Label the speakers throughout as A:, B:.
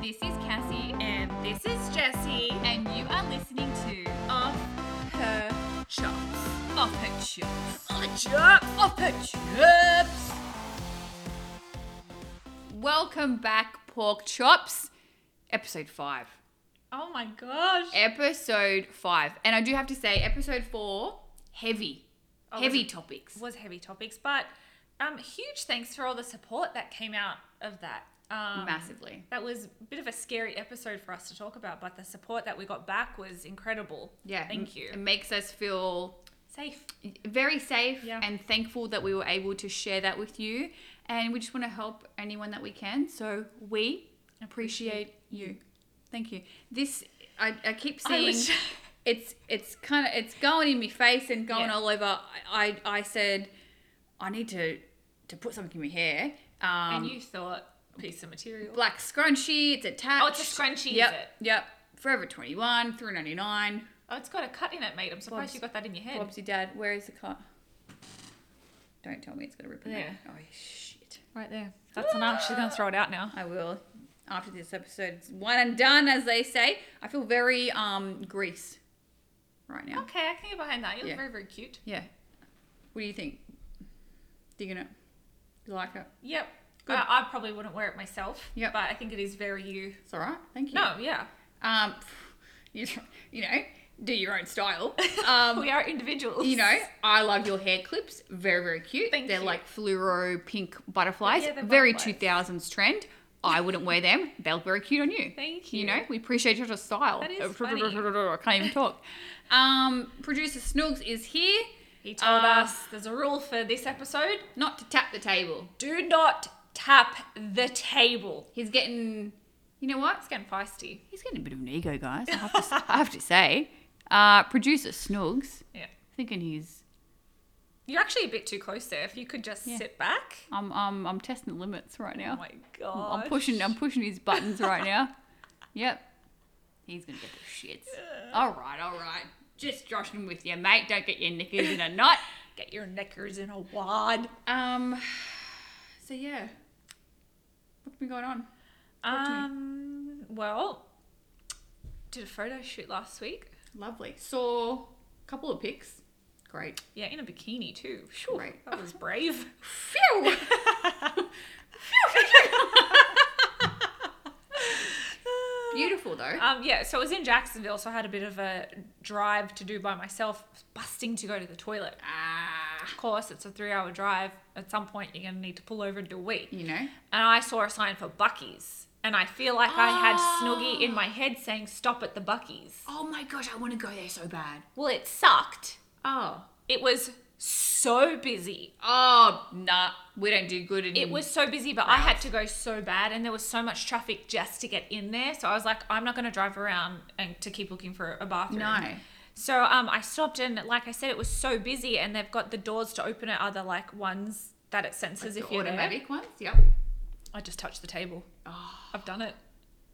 A: This is Cassie,
B: And this is Jessie.
A: and you are listening to
B: Off her chops.
A: Upper Chips.
B: Off her chops.
A: Upper Chips! Welcome back, Pork Chops, episode 5.
B: Oh my gosh.
A: Episode 5. And I do have to say, episode 4, heavy.
B: Oh,
A: heavy
B: was it-
A: topics.
B: was heavy topics, but um, huge thanks for all the support that came out of that. Um,
A: Massively.
B: That was a bit of a scary episode for us to talk about, but the support that we got back was incredible.
A: Yeah.
B: Thank you.
A: It makes us feel
B: Safe.
A: very safe
B: Yeah.
A: and thankful that we were able to share that with you. And we just want to help anyone that we can. So we appreciate you. Thank you. This I, I keep
B: I
A: seeing.
B: was-
A: it's it's kind of it's going in my face and going
B: Yeah.
A: all over. I, I I said I need to to put something in my hair. Um,
B: and you thought piece of material.
A: black scrunchie. It's attached.
B: Oh, it's a scrunchie, is
A: Yep.
B: it?
A: Yep. Forever twenty one, three ninety nine.
B: oh, it's got a cut in it, mate. I'm surprised
A: Bob's-
B: you got that in your head.
A: Bobsy Dad, where is the car? Don't tell me it's gonna rip in
B: There.
A: there. Oh shit!
B: Right there. That's enough. She's gonna throw it out now.
A: I will. After this episode, it's one and done, as they say. I feel very um grease right now.
B: Okay, I can get behind that. You look
A: Yeah.
B: very, very cute.
A: Yeah. What do you think? Digging it? You like it?
B: Yep.
A: Good.
B: I, I probably wouldn't wear it myself.
A: Yep.
B: But I think it is very you.
A: It's all right. Thank you.
B: No, yeah.
A: Um, you, you know, do your own style. Um,
B: we are individuals.
A: You know, I love your hair clips. Very, very cute.
B: Thank
A: they're
B: you.
A: like fluoro pink butterflies.
B: Yeah, they're
A: very
B: butterflies.
A: 2000s trend. I wouldn't wear them. They look very cute on you.
B: Thank
A: You
B: you.
A: know, we appreciate your style.
B: That is funny.
A: I can't even talk. Um, producer Snoogs is here.
B: He told
A: Uh,
B: us there's a rule for this episode
A: not to tap the table.
B: do not tap the table.
A: He's getting, you know what?
B: It's getting feisty.
A: He's getting a bit of an ego, guys. I have to, s- I have to say. Uh, producer Snoogs,
B: Yeah.
A: thinking he's,
B: You're actually a bit too close there. If you could just sit back.
A: I'm, I'm, I'm testing the limits right now.
B: Oh my god.
A: I'm pushing. I'm pushing his buttons right now. Yep. He's gonna get the shits. All right, all right. Just joshing with you, mate. Don't get your knickers in a knot.
B: Get your knickers in a wad.
A: Um. So yeah, what's been going on?
B: Um. Well, did a photo shoot last week.
A: Lovely. Saw a couple of pics. Great.
B: Yeah, in a bikini too. Sure.
A: Right.
B: That was brave.
A: Phew. Beautiful though.
B: Um, yeah, so I was in Jacksonville, so I had a bit of a drive to do by myself, busting to go to the toilet.
A: Ah.
B: Of course, it's a three hour drive. At some point, you're going to need to pull over and do a wee.
A: You know.
B: And I saw a sign for Bucky's, and I feel like I had Snoogie in
A: Ah.
B: my head saying, Stop at the Bucky's.
A: Oh my gosh, I want to go there so bad.
B: Well, it sucked.
A: Oh.
B: It was so busy.
A: Oh nah. We don't do good in.
B: It was so busy, but I had to go so bad, and there was so much traffic just to get in there. So I was like, I'm not going to drive around and to keep looking for a bathroom.
A: No.
B: So um, I stopped, and like I said, it was so busy, and they've got the doors to open it are the like ones that it senses if
A: the
B: you're
A: automatic Ah.
B: There.
A: ones. Yep.
B: I just touched the table. I've done it.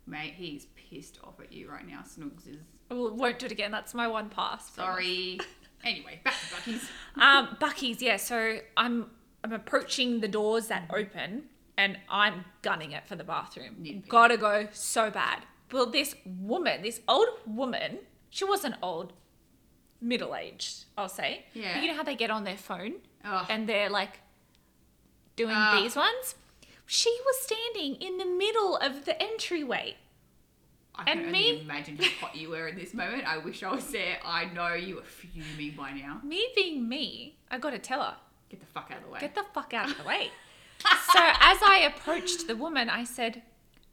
A: Mate, he's pissed off at you right now. Snoogs is
B: I will- won't do it again. That's my one pass.
A: sorry. anyway, back to Bucky's.
B: um, Bucky's, yeah. So I'm I'm approaching the doors that open, and I'm gunning it for the bathroom.
A: Nitpick.
B: Gotta go so bad. Well, this woman, this old woman, she wasn't old, middle aged, I'll say.
A: Yeah. Oh.
B: But you know how they get on their phone
A: Ugh.
B: and they're like doing
A: Ugh.
B: these ones. She was standing in the middle of the entryway.
A: I can
B: And
A: only
B: me?
A: imagine how hot you were in this moment. I wish I was there. I know you were fuming by now.
B: Me being me, I gotta tell her,
A: Get the fuck out of the way.
B: get the fuck out of the way. so as I approached the woman, I said,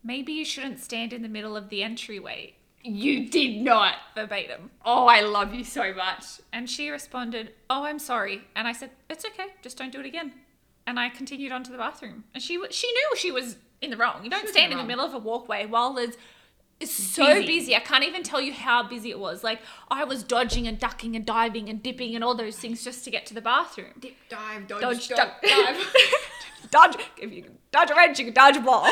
B: maybe you shouldn't stand in the middle of the entryway.
A: You did not.
B: verbatim.
A: Oh, I love you so much.
B: And she responded, "Oh, I'm sorry." And I said, "It's okay. Just don't do it again." And I continued on to the bathroom. And she wa- she knew she was in the wrong. You don't
A: was in
B: stand
A: the
B: in the
A: wrong.
B: middle of a walkway while there's it's so busy.
A: Busy.
B: I can't even tell you how busy it was. Like I was dodging and ducking and diving and dipping and all those things just to get to the bathroom.
A: Dip, dive, dodge,
B: Dodge,
A: dodge,
B: duck,
A: dive.
B: dodge. If you can dodge a wrench, you can dodge a ball.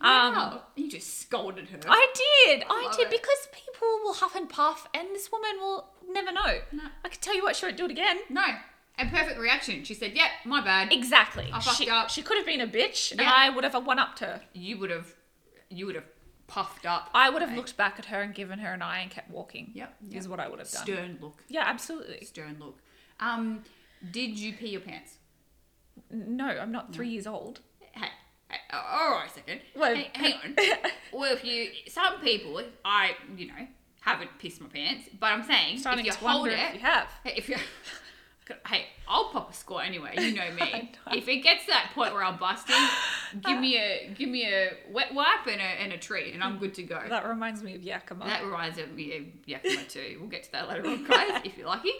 A: wow. Oh, You just scolded her.
B: Um, I did. I,
A: love
B: did
A: it.
B: because people will huff and puff, and this woman will never know. I could tell you what she won't do it again.
A: no. And perfect reaction. She said, "Yep, my bad."
B: Exactly.
A: I fucked
B: she,
A: up.
B: she could have been a bitch, and
A: Yeah.
B: I would have one upped her.
A: you would have, you would have puffed up.
B: I would have looked back at her and given her an eye and kept walking.
A: Yep,
B: Is
A: yep.
B: what I would have done.
A: stern look.
B: Yeah, absolutely.
A: Stern look. Um, did you pee your pants?
B: No, I'm not three years old.
A: Hey, hey, oh, all right, a second.
B: Well-
A: Hey, hang on. well, if you, some people, if I, you know, haven't pissed my pants, but I'm saying
B: Starting
A: if you
B: to
A: hold
B: wonder
A: it,
B: if you have.
A: Hey, if you, hey, I'll pop a score anyway. You know me.
B: I know.
A: If it gets to that point where I'm busting, give me a, give me a wet wipe and a, and a treat, and I'm good to go.
B: That reminds me of Yakima.
A: That reminds me of Yakima too. We'll get to that later on, guys, if you're lucky.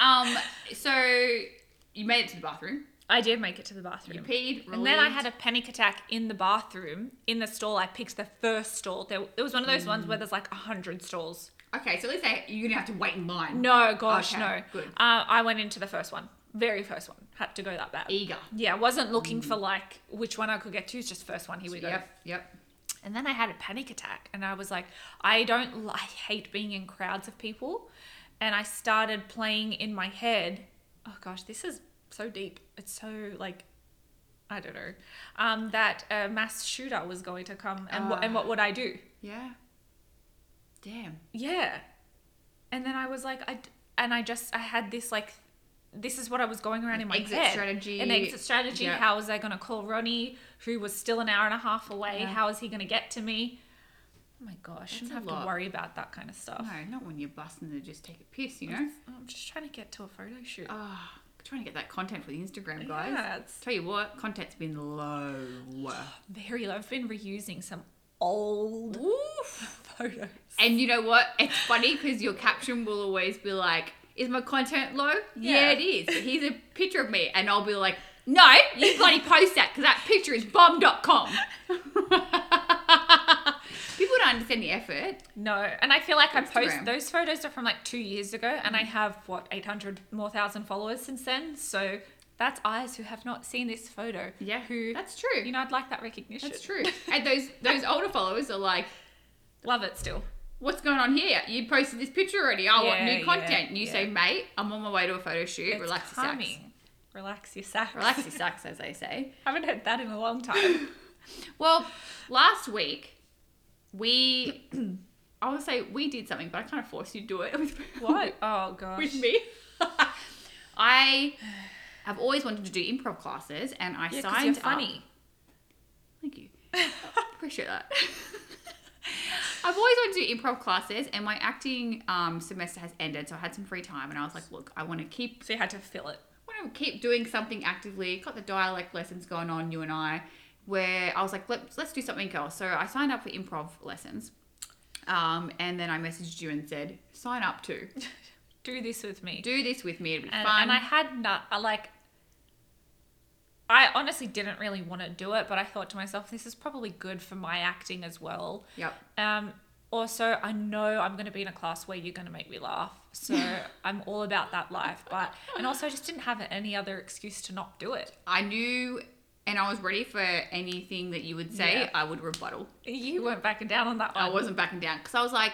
A: Um, so you made it to the bathroom.
B: I did make it to the bathroom.
A: Peed,
B: And then I had a panic attack in the bathroom, in the stall. I picked the first stall. There, it was one of those ones
A: Mm.
B: where there's like a hundred stalls.
A: Okay, so at least I, you're gonna have to wait in line.
B: No, gosh,
A: Okay,
B: no.
A: good.
B: Uh, I went into the first one, very first one. Had to go that bad.
A: Eager.
B: Yeah, wasn't looking for like which one I could get to. It's just first one. Here we go.
A: Mm. Yep, yep.
B: And then I had a panic attack, and I was like, I don't, li- I hate being in crowds of people. And I started playing in my head. Oh gosh, this is so deep. It's so like, I don't know. Um, that a mass shooter was going to come, and what and what would I do?
A: Yeah. Damn.
B: Yeah. And then I was like, I d- and I just I had this like, this is what I was going around in my
A: exit
B: head.
A: strategy.
B: An exit strategy.
A: Yeah.
B: How was I going to call Ronnie, who was still an hour and a half away? How is he going to get to me? Oh my gosh, shouldn't
A: a
B: have
A: lot.
B: to worry about that kind of stuff. Oh,
A: No, not when you're busting to just take a piss, you know?
B: I'm just trying to get to a photo shoot.
A: Ah, trying to get that content for the Instagram, guys.
B: Yeah, it's-
A: Tell you what, content's been low.
B: Very low. I've been reusing some old photos.
A: And you know what? It's funny because your caption will always be like, "Is my content low?" Yeah,
B: Yeah.
A: it is. But here's a picture of me, and I'll be like, "No, you bloody post that because that picture is bomb.com." People don't understand the effort.
B: No, and I feel like I
A: Instagram. Mm.
B: post those photos are from like two years ago, and I have what eight hundred more thousand followers since then. So that's eyes who have not seen this photo.
A: Yeah,
B: who
A: that's true.
B: You know, I'd like that recognition.
A: That's true. And those those older followers are like,
B: Love it still.
A: "What's going on here? You posted this picture already. I want
B: Yeah,
A: new
B: yeah,
A: content." you
B: yeah.
A: say, "Mate, I'm on my way to a photo shoot.
B: It's
A: Relax your sacks.
B: calming. Relax your sacks.
A: Relax your sacks," as they say.
B: Haven't heard that in a long time.
A: Well, last week we, I want to say we did something, but I kind of forced you to do it with
B: what? Oh gosh.
A: with me. I have always wanted to do improv classes, and I
B: Yeah, 'cause
A: signed
B: you're
A: up-
B: funny.
A: Thank you. I appreciate that. I've always wanted to do improv classes, and my acting um, semester has ended, so I had some free time, and I was like, look, I want to keep
B: So you had to fill it.
A: want to keep doing something actively. Got the dialect lessons going on, you and I, where I was like, let's let's do something else. So I signed up for improv lessons, um, and then I messaged you and said, sign up too.
B: Do this with me.
A: Do this with me. It'd be
B: and,
A: fun.
B: and I had not I like I honestly didn't really want to do it, but I thought to myself, this is probably good for my acting as well.
A: Yep.
B: Um, also, I know I'm going to be in a class where you're going to make me laugh, so I'm all about that life. But and also, I just didn't have any other excuse to not do it.
A: I knew, and I was ready for anything that you would say.
B: Yeah.
A: I would rebuttal.
B: You weren't backing down on that one.
A: I wasn't backing down because I was like,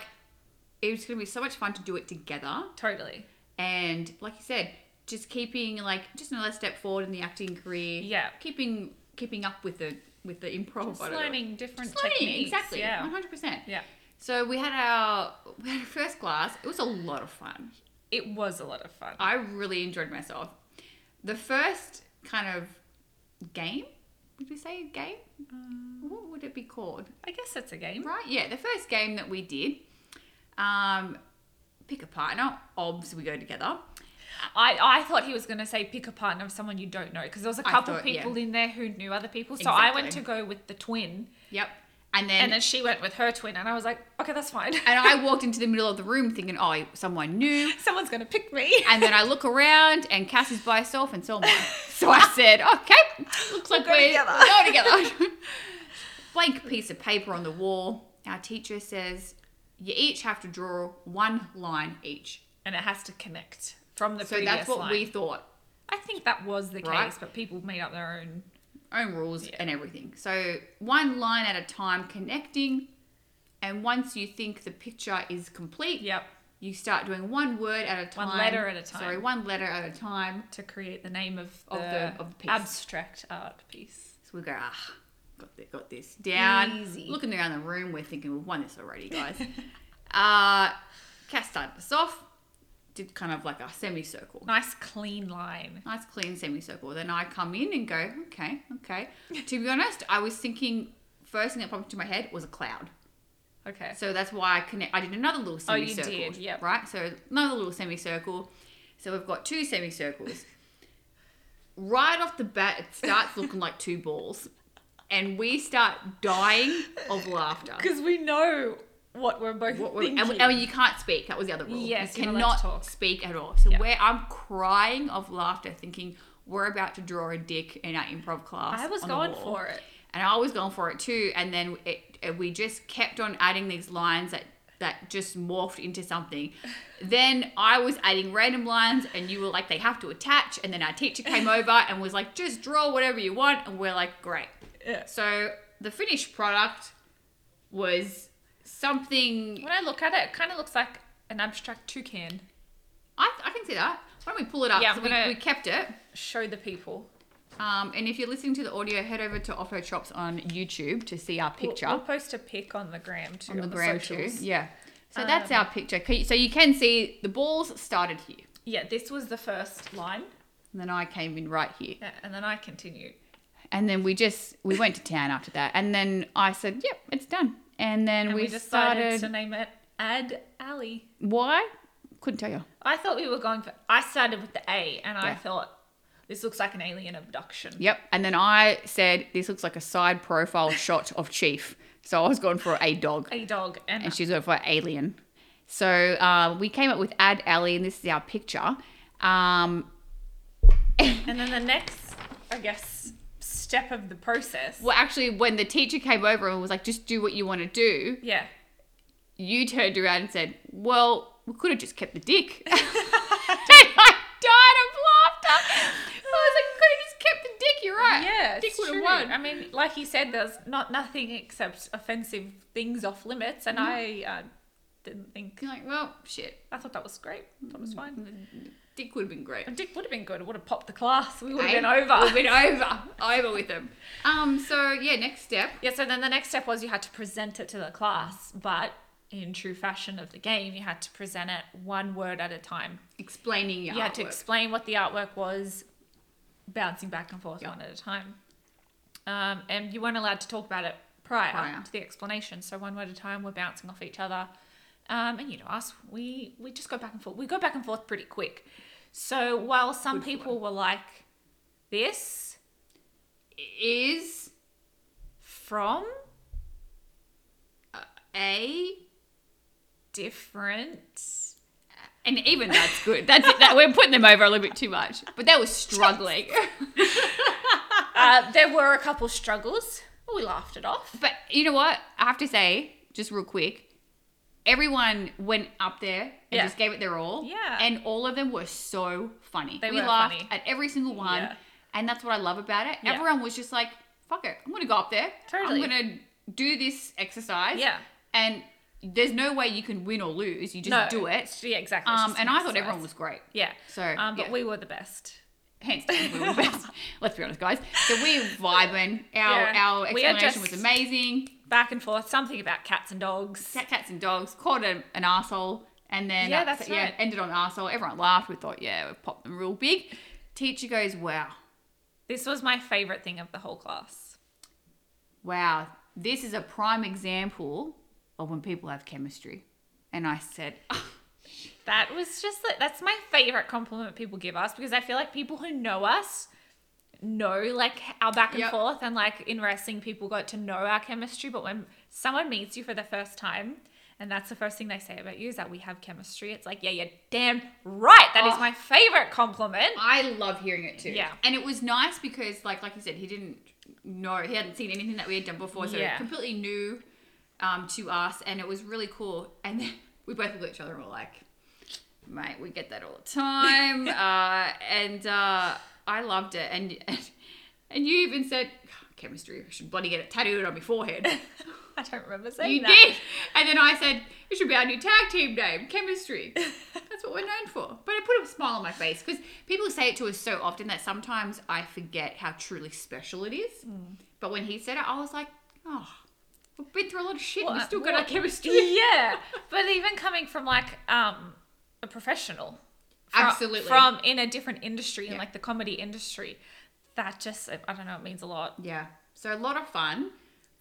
A: it was going to be so much fun to do it together.
B: totally.
A: and like you said just keeping like just another step forward in the acting career
B: Yeah.
A: keeping keeping up with the with the improv
B: Just
A: I don't know.
B: learning different
A: Just learning,
B: techniques.
A: exactly Mm-hmm.
B: Yeah.
A: 100%
B: Yeah.
A: so we had our we had our first class it was a lot of fun
B: It was a lot of fun.
A: i really enjoyed myself the first kind of game would we say a game
B: Mm.
A: what would it be called
B: I guess it's a game.
A: right yeah the first game that we did um pick a partner obs we go together
B: I, I thought he was going to say pick a partner of someone you don't know because there was a
A: I
B: couple
A: thought, yeah.
B: people in there who knew other people. So I went to
A: Exactly.
B: go with the twin.
A: Yep. And then
B: And then she went with her twin, and I was like, okay, that's fine.
A: and I walked into the middle of the room thinking, oh, someone new.
B: Someone's gonna pick me.
A: And then I look around and Cassie's by herself and so am I. So I said, okay, looks like
B: go
A: we're
B: together."
A: going together. Blank piece of paper on the wall. Our teacher says, you each have to draw one line each.
B: and it has to connect from the
A: So
B: previous
A: that's what
B: line.
A: we thought.
B: I think that was the case,
A: Right.
B: but people made up their own.
A: Own rules and everything. So one line at a time connecting. And once you think the picture is complete,
B: Yep.
A: you start doing one word at a time.
B: One letter at a time.
A: Sorry, one letter at a time.
B: To create the name of the,
A: Of the- of the piece.
B: abstract art piece.
A: So we go, ah, got this, got this down.
B: Easy.
A: Looking around the room, we're thinking we've won this already, guys. uh, Cass started us off, did kind of like a semicircle.
B: Nice clean line.
A: Nice clean semicircle. Then I come in and go, okay, okay. to be honest, I was thinking first thing that popped into my head was a cloud.
B: Okay.
A: So that's why I connect. I did another little
B: Oh, you
A: semicircle.
B: did, yep.
A: Right. So another little semicircle. So we've got two semicircles. right off the bat, it starts looking like two balls, and we start dying of laughter.
B: Because we know what we're both
A: What we're-
B: thinking.
A: and, and you can't speak. That was the other rule.
B: Yes,
A: you
B: you're not allowed
A: cannot
B: to talk.
A: speak at all. So
B: Yep.
A: where I'm crying of laughter, thinking we're about to draw a dick in our improv class.
B: I was
A: on the
B: going
A: wall.
B: for it.
A: and I was going for it too. And then it, it- we just kept on adding these lines that that just morphed into something. Then I was adding random lines, and you were like, "They have to attach." And then our teacher came over and was like, "Just draw whatever you want," and we're like, "Great."
B: Yeah.
A: So the finished product was something.
B: When I look at it, it kind of looks like an abstract toucan.
A: I, I can see that. Why don't we pull it up?
B: Yeah, I'm
A: So we,
B: gonna-
A: we kept it.
B: Show the people.
A: Um, and if you're listening to the audio, head over to Offo Chops on YouTube to see our
B: We'll-
A: picture.
B: We'll, post a pic on the gram too.
A: on the ground too.
B: socials. Um,
A: Yeah. So that's our picture. Can you- So you can see the balls started here,
B: Yeah, this was the first line.
A: and then I came in right here,
B: Yeah, and then I continued.
A: and then we just we went to town after that, and then I said, "Yep, it's done." And then
B: And
A: we,
B: we,
A: started.
B: decided to name it Ad Alley.
A: Why? Couldn't tell you.
B: I thought we were going for. I started with the A, and I
A: Yeah.
B: thought this looks like an alien abduction.
A: Yep. And then I said, "This looks like a side profile shot of Chief." So I was going for a dog,
B: A dog, and,
A: and she's going for alien. So uh, we came up with Ad Alley, and this is our picture. Um,
B: and then the next, I guess, step of the process.
A: well, actually, when the teacher came over and was like, "Just do what you want to do,"
B: Yeah,
A: you turned around and said, Well, we could have just kept the dick. and I died of laughter. I was like, could have just kept the dick, you're right.
B: yeah,
A: dick
B: it's
A: would have
B: true.
A: won.
B: I mean, like you said, there's not nothing except offensive things off limits, and I uh, didn't think.
A: You're like, well, shit.
B: I thought that was great. That
A: Mm.
B: was fine.
A: Dick would have been great.
B: A dick would have been good. It would have popped the class. We would have
A: Eh?
B: been over.
A: We've been over. Over with them. Um, so yeah, next step.
B: Yeah, so then the next step was you had to present it to the class, but in true fashion of the game, you had to present it one word at a time.
A: Explaining your
B: You had to
A: artwork.
B: explain what the artwork was, bouncing back and forth
A: Yeah.
B: one at a time. Um, and you weren't allowed to talk about it prior,
A: Prior.
B: to the explanation. So one word at a time, we're bouncing off each other. Um, and you know us, we we just go back and forth. We go back and forth pretty quick. So while some people were like, "This
A: is
B: from
A: a
B: different,"
A: and even that's good. That's it. That, we're putting them over a little bit too much. But that was struggling.
B: Uh, there were a couple struggles. We laughed it off.
A: But you know what? I have to say, just real quick, everyone went up there and
B: Yeah.
A: just gave it their all.
B: Yeah.
A: And all of them were so funny.
B: They
A: we
B: were
A: laughed
B: funny.
A: at every single one.
B: Yeah.
A: And that's what I love about it.
B: Yeah.
A: Everyone was just like, fuck it. I'm going to go up there.
B: Totally.
A: I'm going to do this exercise.
B: Yeah.
A: And there's no way you can win or lose. You just do it.
B: Yeah, exactly. It's
A: Um,
B: just
A: and
B: an
A: I thought
B: exercise.
A: everyone was great.
B: Yeah.
A: So,
B: Um, but
A: yeah.
B: we were the best.
A: Hence, we were the best. Let's be honest, guys. So we vibing. Our
B: Yeah.
A: our
B: We are
A: explanation
B: just-
A: was amazing.
B: Back and forth, something about cats and dogs.
A: cat cats and dogs called it an arsehole and then uh,
B: Yeah, that's right.
A: ended on arsehole everyone laughed we thought yeah we popped them real big teacher goes wow
B: This was my favorite thing of the whole class.
A: wow this is a prime example of when people have chemistry and i said
B: That was just like, that's my favorite compliment people give us because I feel like people who know us know like our back and
A: Yep.
B: forth and like in wrestling people got to know our chemistry, but when someone meets you for the first time and that's the first thing they say about you is that we have chemistry. It's like, yeah, you're damn right. That is
A: Oh.
B: my favorite compliment.
A: I love hearing it too.
B: Yeah.
A: And it was nice because like like you said, he didn't know he hadn't seen anything that we had done before, so
B: Yeah.
A: completely new um, to us and it was really cool. And then we both looked at each other and were like, mate, we get that all the time. uh, and uh, I loved it and and you even said "Oh, chemistry, I should bloody get it tattooed on my forehead.
B: I don't remember saying
A: You
B: that.
A: did. And then I said, it should be our new tag team name, chemistry. That's what we're known for. But it put a smile on my face because people say it to us so often that sometimes I forget how truly special it is.
B: Hmm.
A: But when he said it, I was like, oh, we've been through a lot of shit and we
B: What-
A: still got our
B: what-
A: chemistry.
B: yeah but even coming from like um a professional fro-
A: Absolutely.
B: from in a different industry in
A: Yeah.
B: like the comedy industry that just i don't know it means a lot
A: Yeah. So a lot of fun.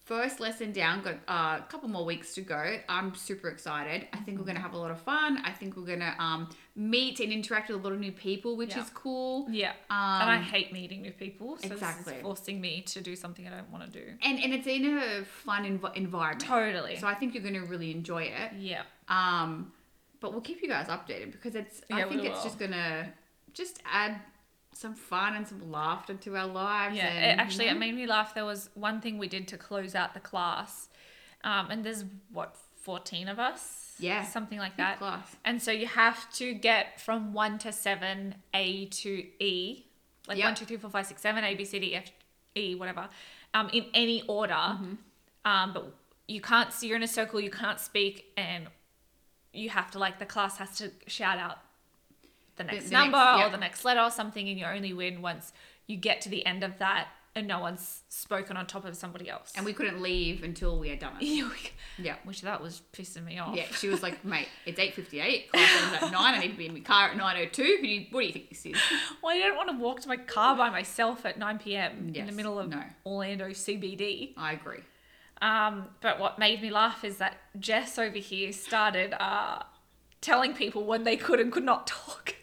A: First lesson down, got uh, a couple more weeks to go. I'm super excited. I
B: Mm-hmm.
A: think we're going to have a lot of fun. I think we're going to um, meet and interact with a lot of new people, which
B: Yeah.
A: is cool.
B: yeah and i hate meeting new people so this
A: Um, exactly.
B: is forcing me to do something i don't want to do
A: and and it's in a fun env- environment.
B: Totally.
A: So I think you're going to really enjoy it.
B: yeah
A: Um, but we'll keep you guys updated because it's. I
B: Yeah,
A: think
B: we
A: it's
B: will.
A: just going to just add some fun and some laughter to our lives.
B: Yeah,
A: and,
B: it, actually,
A: you
B: it
A: know,
B: made me laugh. There was one thing we did to close out the class, um, and there's what fourteen of us.
A: Yeah,
B: something like
A: big
B: that.
A: class.
B: And so you have to get from one to seven, A to E, like
A: Yeah.
B: one, two, three, four, five, six, seven, A, B, C, D, F, E, whatever, um, in any order.
A: Mm-hmm.
B: Um, but you can't. So you're in a circle. You can't speak, and you have to like the class has to shout out the next
A: the next-
B: number
A: yeah.
B: or the next letter or something, and you only win once you get to the end of that and no one's spoken on top of somebody else.
A: and we couldn't leave until we had done it.
B: we,
A: Yeah.
B: which that was pissing me off.
A: Yeah, she was like, "Mate, it's eight fifty-eight. Class ends at nine. I need to be in my car at nine o two. Who do you, what do you think this is?"
B: Well, I don't want to walk to my car by myself at 9 p.m. in
A: Yes,
B: the middle of
A: no.
B: Orlando CBD.
A: I agree. Mm.
B: Um, but what made me laugh is that Jess over here started uh, telling people when they could and could not talk.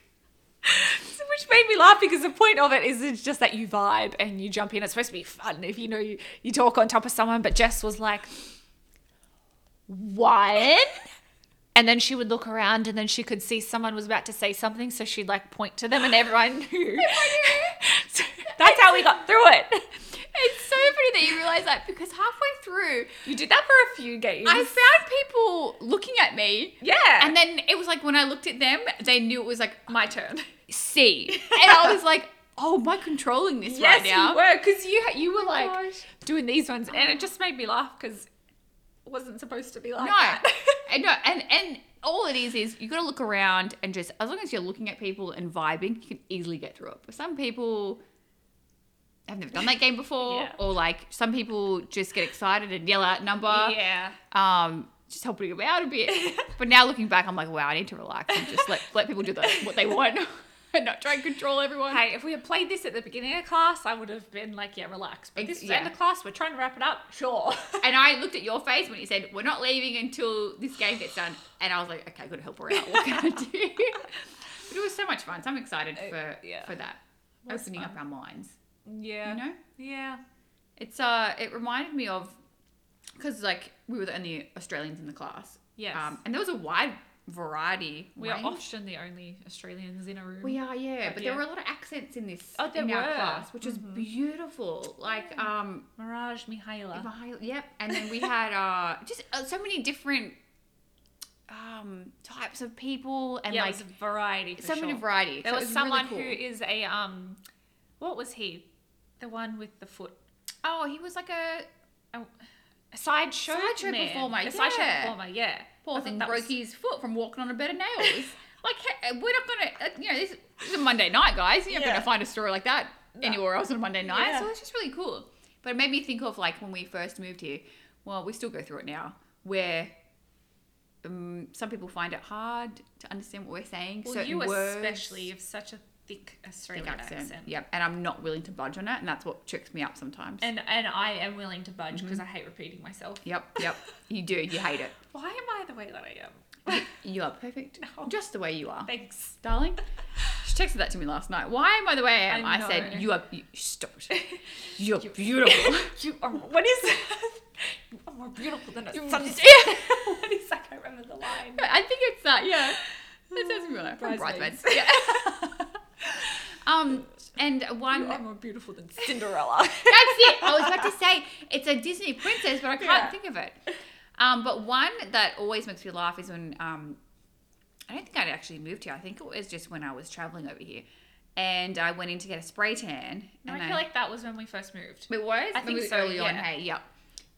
B: So, Which made me laugh because the point of it is it's just that you vibe and you jump in. It's supposed to be fun if you know you, you talk on top of someone. But Jess was like, one. And then she would look around and then she could see someone was about to say something. So she'd like point to them and everyone knew. So that's how we got through it.
A: It's so funny that you realize that because halfway through,
B: You did that for a few games.
A: I found people looking at me.
B: Yeah.
A: And then it was like when I looked at them, they knew it was like
B: my turn.
A: C. And I was like, oh, am I controlling this right now?
B: you were because you ha- you were Oh like
A: gosh.
B: doing these ones, and it just made me laugh because it wasn't supposed to be like
A: No.
B: that.
A: and no, and and all it is is you gotta look around and just as long as you're looking at people and vibing, you can easily get through it. But some people have never done that game before.
B: Yeah.
A: Or like some people just get excited and yell out number.
B: yeah,
A: Um just helping them out a bit. but now looking back, I'm like, wow, I need to relax and just let, let people do the, what they want and not try and control everyone.
B: hey, if we had played this at the beginning of class, I would have been like, yeah, relax. But
A: Ex-
B: this is
A: yeah.
B: the end of class. We're trying to wrap it up. Sure.
A: And I looked at your face when you said, We're not leaving until this game gets done. And I was like, Okay, I gotta help her out. What can I do? but it was so much fun. So I'm excited for
B: Oh, yeah.
A: for that.
B: was
A: Opening
B: fun.
A: up our minds.
B: yeah.
A: You know?
B: Yeah.
A: It's uh it reminded me of because like we were the only Australians in the class. Um,
B: Yes.
A: and there was a wide variety.
B: We
A: range.
B: are often the only Australians in a room.
A: We are, yeah. But there
B: yeah.
A: were a lot of accents in this
B: Oh, there
A: in our
B: were. Mm-hmm.
A: class, which was beautiful. Like um
B: Mirage Mihaila.
A: Mahalo- Yep. And then we had uh, just uh, so many different um, types of people and
B: yeah,
A: like
B: it was a variety. For
A: so many
B: sure.
A: variety.
B: There
A: So it
B: was,
A: really
B: someone
A: cool.
B: who is a um, what was he? The one with the foot.
A: oh, he was like a
B: a, a sideshow,
A: Sideshow
B: man.
A: performer,
B: a sideshow
A: yeah.
B: performer, yeah.
A: poor
B: I
A: thing
B: thought that
A: broke
B: was-
A: his foot from walking on a bed of nails. like he- we're not gonna, uh, you know, this, this is a Monday night, guys. You're not
B: Yeah.
A: gonna find a story like that anywhere else on a Monday night.
B: Yeah.
A: So it's just really cool. But it made me think of like when we first moved here. Well, we still go through it now, where. Um, some people find it hard to understand what we're saying.
B: Well,
A: certain
B: you
A: words.
B: especially have such a thick Australian
A: thick
B: accent.
A: accent. Yep. And I'm not willing to budge on it. And that's what tricks me up sometimes.
B: And and I am willing to budge because I hate repeating myself.
A: yep. Yep. you do. You hate it.
B: Why am I the way that I am?
A: You are perfect.
B: No.
A: Just the way you are.
B: Thanks.
A: Darling. She texted that to me last night. Why am I the way I am?
B: I
A: I,
B: know.
A: said, you are. You, stop it. You're beautiful.
B: You are. What is? you are more beautiful than a sunset.
A: Yeah.
B: what is that? I can't remember the line.
A: I think it's that. Yeah, that sounds familiar. From
B: Bridesmaids.
A: Bridesmaids. Yeah. um, and one.
B: You are more beautiful than Cinderella.
A: That's it. I was about to say it's a Disney princess, but I can't
B: Yeah.
A: think of it. Um, but one that always makes me laugh is when um, I don't think I'd actually moved here. I think it was just when I was traveling over here, and I went in to get a spray tan.
B: No,
A: and
B: Oh, I feel like that was when we first moved.
A: it was.
B: I
A: It
B: think
A: was
B: so,
A: Early on,
B: yeah.
A: hey, yeah.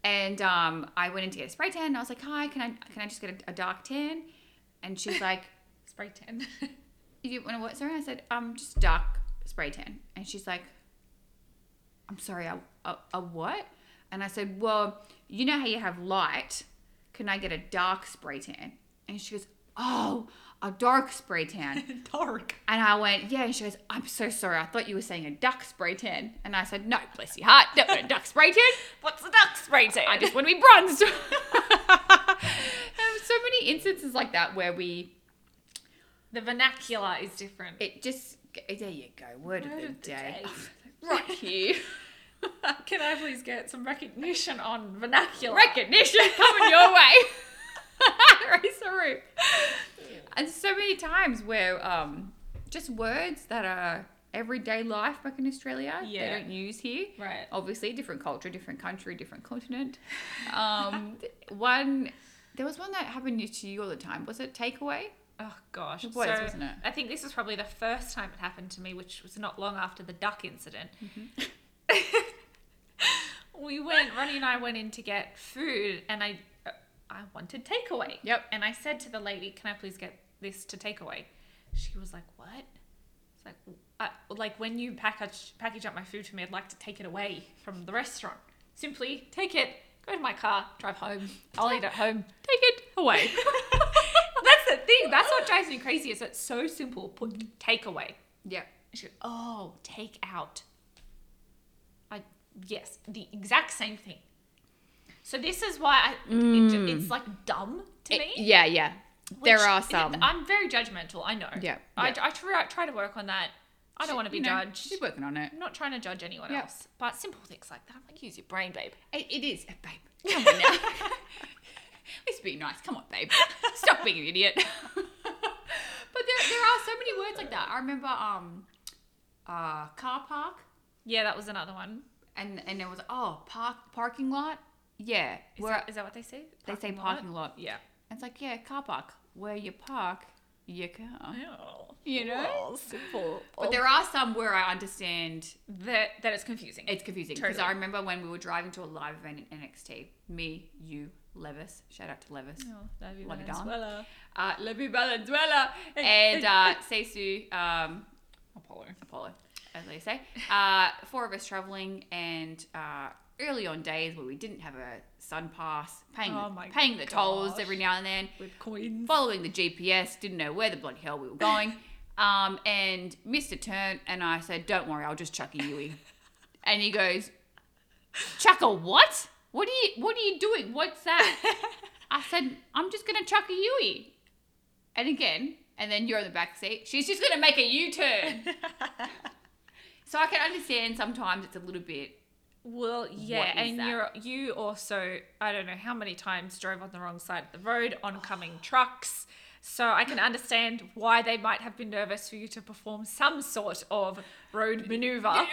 A: And um, I went in to get a spray tan, and I was like, "Hi, can I can I just get a, a dark tan?" And she's like,
B: Spray tan.
A: you want to what? Sorry, I said, um, just dark spray tan. And she's like, I'm sorry, a, a, a what? And I said, well, you know how you have light. Can I get a dark spray tan? And she goes, oh, a dark spray tan.
B: Dark.
A: And I went, yeah. And she goes, I'm so sorry. I thought you were saying a duck spray tan. And I said, no, bless your heart. Don't want a duck spray tan.
B: What's the duck spray tan?
A: I just want to be bronzed. There were so many instances like that where we,
B: the vernacular is different.
A: it just, there you go, word, of the,
B: of the
A: day.
B: day.
A: right here.
B: Can I please get some recognition on vernacular?
A: Recognition coming your way. Raise the roof. And so many times where um, just words that are everyday life back in Australia, they
B: Yeah.
A: don't use here.
B: Right.
A: Obviously, different culture, different country, different continent. Um, one, there was one that happened to you all the time. Was it takeaway?
B: oh gosh,
A: was,
B: So,
A: wasn't it?
B: I think this was probably the first time it happened to me, which was not long after the duck incident. we went, Ronnie and I went in to get food, and I, uh, I wanted takeaway.
A: Yep.
B: And I said to the lady, "Can I please get this to takeaway?" She was like, "What?" It's like, I, like when you package package up my food for me, I'd like to take it away from the restaurant. Simply take it, go to my car, drive home. I'll eat at home.
A: Take it away.
B: That's the thing. That's what drives me crazy. Is it's so simple. Put takeaway.
A: yep.
B: She goes, oh, take out. I yes, the exact same thing. So this is why I,
A: Hmm.
B: it, it's like dumb to me.
A: Yeah, yeah. Eh, there
B: which-
A: are some.
B: I'm very judgmental. I know.
A: Yeah,
B: I,
A: yeah.
B: I try, try to work on that. I don't want to be
A: You know,
B: judged.
A: She's working on it.
B: I'm not trying to judge anyone
A: Yeah.
B: else, but simple things like that. I'm like, use your brain, babe.
A: It, it is, Uh, babe. Come on now. Let's be nice. Come on, babe. Stop being an idiot. but there, there are so many words like that. I remember um, uh, car park,
B: Yeah, that was another one.
A: and and there was oh park parking lot. Yeah,
B: Is,
A: where
B: that, is that what they say?
A: they say parking lot.
B: Yeah.
A: And it's like yeah, car park. Where you park your car.
B: Oh,
A: You know.
B: simple.
A: But there are some where I understand
B: that that is confusing.
A: It's confusing because
B: Totally.
A: I remember when we were driving to a live event in NXT. Me, you, Levis. Shout out to Levis.
B: Oh, that'd be
A: Love it, darling.
B: Venezuela.
A: Uh, Levi Valenzuela and uh, Seisu um,
B: Apollo.
A: Apollo, as they say. Uh, four of us traveling and uh, early on days where we didn't have a sun pass, paying
B: Oh
A: the,
B: my
A: paying the tolls
B: gosh.
A: every now and then
B: With coins.
A: following the GPS, didn't know where the bloody hell we were going, um, and missed a turn. And I said, "Don't worry, I'll just chuck a Yui." and he goes, "Chuck a what? What are you? What are you doing? What's that?" I said, "I'm just gonna chuck a Yui." And again, and then you're in the back seat. She's just gonna make a U-turn. so I can understand sometimes it's a little bit.
B: Well, yeah,
A: What is
B: and
A: that?
B: you're you also I don't know how many times drove on the wrong side of the road, oncoming trucks. So I can understand why they might have been nervous for you to perform some sort of road maneuver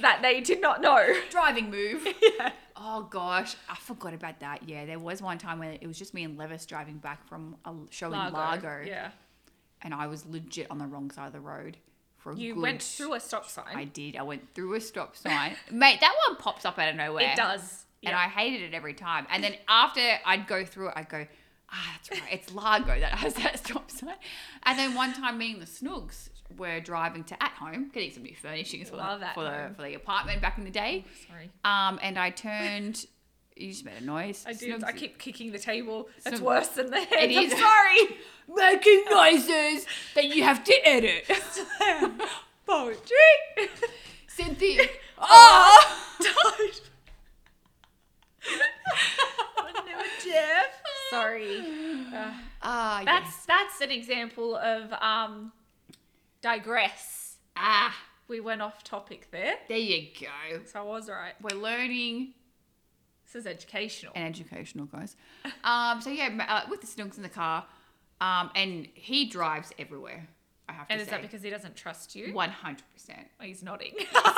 B: that they did not know.
A: driving move. Oh gosh, I forgot about that. Yeah, there was one time when it was just me and Levis driving back from a show in Largo,
B: Yeah.
A: and I was legit on the wrong side of the road for a
B: You
A: good.
B: went through a stop sign.
A: I did. I went through a stop sign, mate. That one pops up out of nowhere.
B: It does.
A: and I hated it every time. And then after I'd go through it, I'd go, ah, that's right, it's Largo that has that stop sign. And then one time, me and the Snoogs were driving to At Home, getting some new furnishings for,
B: Love
A: the,
B: At
A: for, the,
B: Home. Oh,
A: for the apartment back in the day.
B: Sorry.
A: Um, and I turned. You just made a noise.
B: I did.
A: Snogs-
B: I keep kicking the table. That's
A: Snogs-
B: worse than the head.
A: It
B: I'm
A: is.
B: sorry.
A: making noises that you have to edit.
B: Poetry.
A: Cynthia.
B: Oh, don't. Sorry.
A: Ah, yes.
B: That's that's an example of um, digress.
A: ah.
B: We went off topic there,
A: There you go.
B: so I was right.
A: We're learning
B: This is educational.
A: and educational, guys. Um, so yeah, ma- uh, with the Snooks in the car, um, and he drives everywhere. I have to
B: And
A: say,
B: is that because he doesn't trust you?
A: one hundred percent.
B: Oh, he's nodding.
A: See, he's nodding.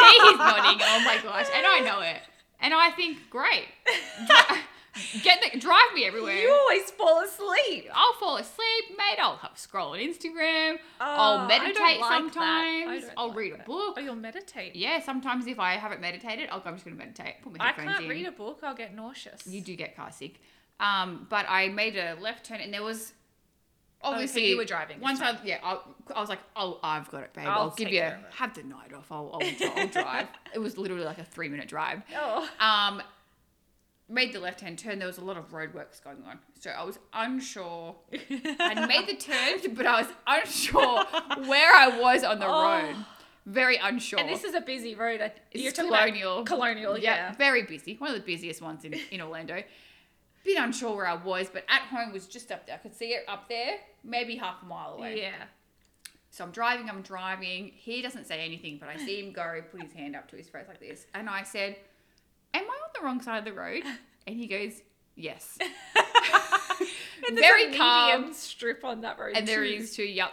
A: Oh my gosh, and I know it. And I think, great, get the, drive me everywhere.
B: you always fall asleep.
A: I'll fall asleep, mate. I'll have scroll on Instagram.
B: Oh,
A: I'll
B: I don't
A: meditate
B: like that. I
A: sometimes.
B: don't
A: I'll
B: like
A: read a
B: that.
A: book.
B: Oh, you'll meditate.
A: Yeah, sometimes if I haven't meditated, I'll go, I'm just going to meditate. Put my
B: I
A: headphones
B: can't
A: in.
B: read a book. I'll get nauseous.
A: You do get car sick. Um, but I made a left turn and there was obviously
B: Oh, you were driving this
A: Once I yeah, I, I was like, oh, I've got it, babe.
B: I'll
A: I'll, give
B: take
A: you
B: care of it."
A: have the night off. I'll, I'll, I'll drive. it was literally like a three minute drive.
B: Oh.
A: Um, made the left hand turn. There was a lot of roadworks going on, so I was unsure. I made the turn, but I was unsure where I was on the road. Very unsure.
B: Oh. And this is a busy road. I-
A: It's
B: you're talking about
A: Oh. colonial.
B: Colonial, yeah.
A: Very busy. One of the busiest ones in, in Orlando. Bit unsure where I was, but at home was just up there. I could see it up there, maybe half a mile away.
B: Yeah.
A: So I'm driving, I'm driving. He doesn't say anything, but I see him go, put his hand up to his face like this. And I said, Am I on the wrong side of the road? And he goes, Yes.
B: And there's
A: Very
B: a
A: calm.
B: medium strip on that road.
A: And there
B: too.
A: is too, yep.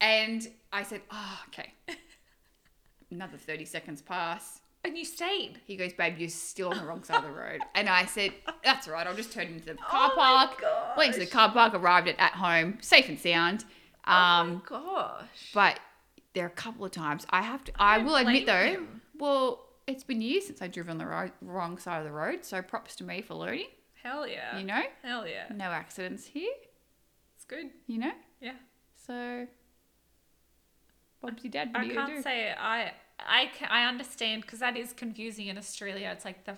A: And I said, Oh, okay. Another 30 seconds pass.
B: And you stayed.
A: He goes, babe, you're still on the wrong side of the road. And I said, that's all right. I'll just turn into the car
B: Oh my
A: park. Went into the
B: gosh.
A: car park, arrived at, at home, safe and sound. Um,
B: oh my gosh.
A: but there are a couple of times I have to, I,
B: don't
A: will admit though,
B: blame him.
A: well, it's been years since I drove on the ro- wrong side of the road. So props to me for learning,
B: Hell yeah.
A: you know,
B: Hell yeah.
A: no accidents here,
B: It's good.
A: you know?
B: Yeah.
A: So, Bobsy Dad, what
B: I
A: do you
B: can't
A: do?
B: say it. I I ca- I understand because that is confusing in Australia. It's like the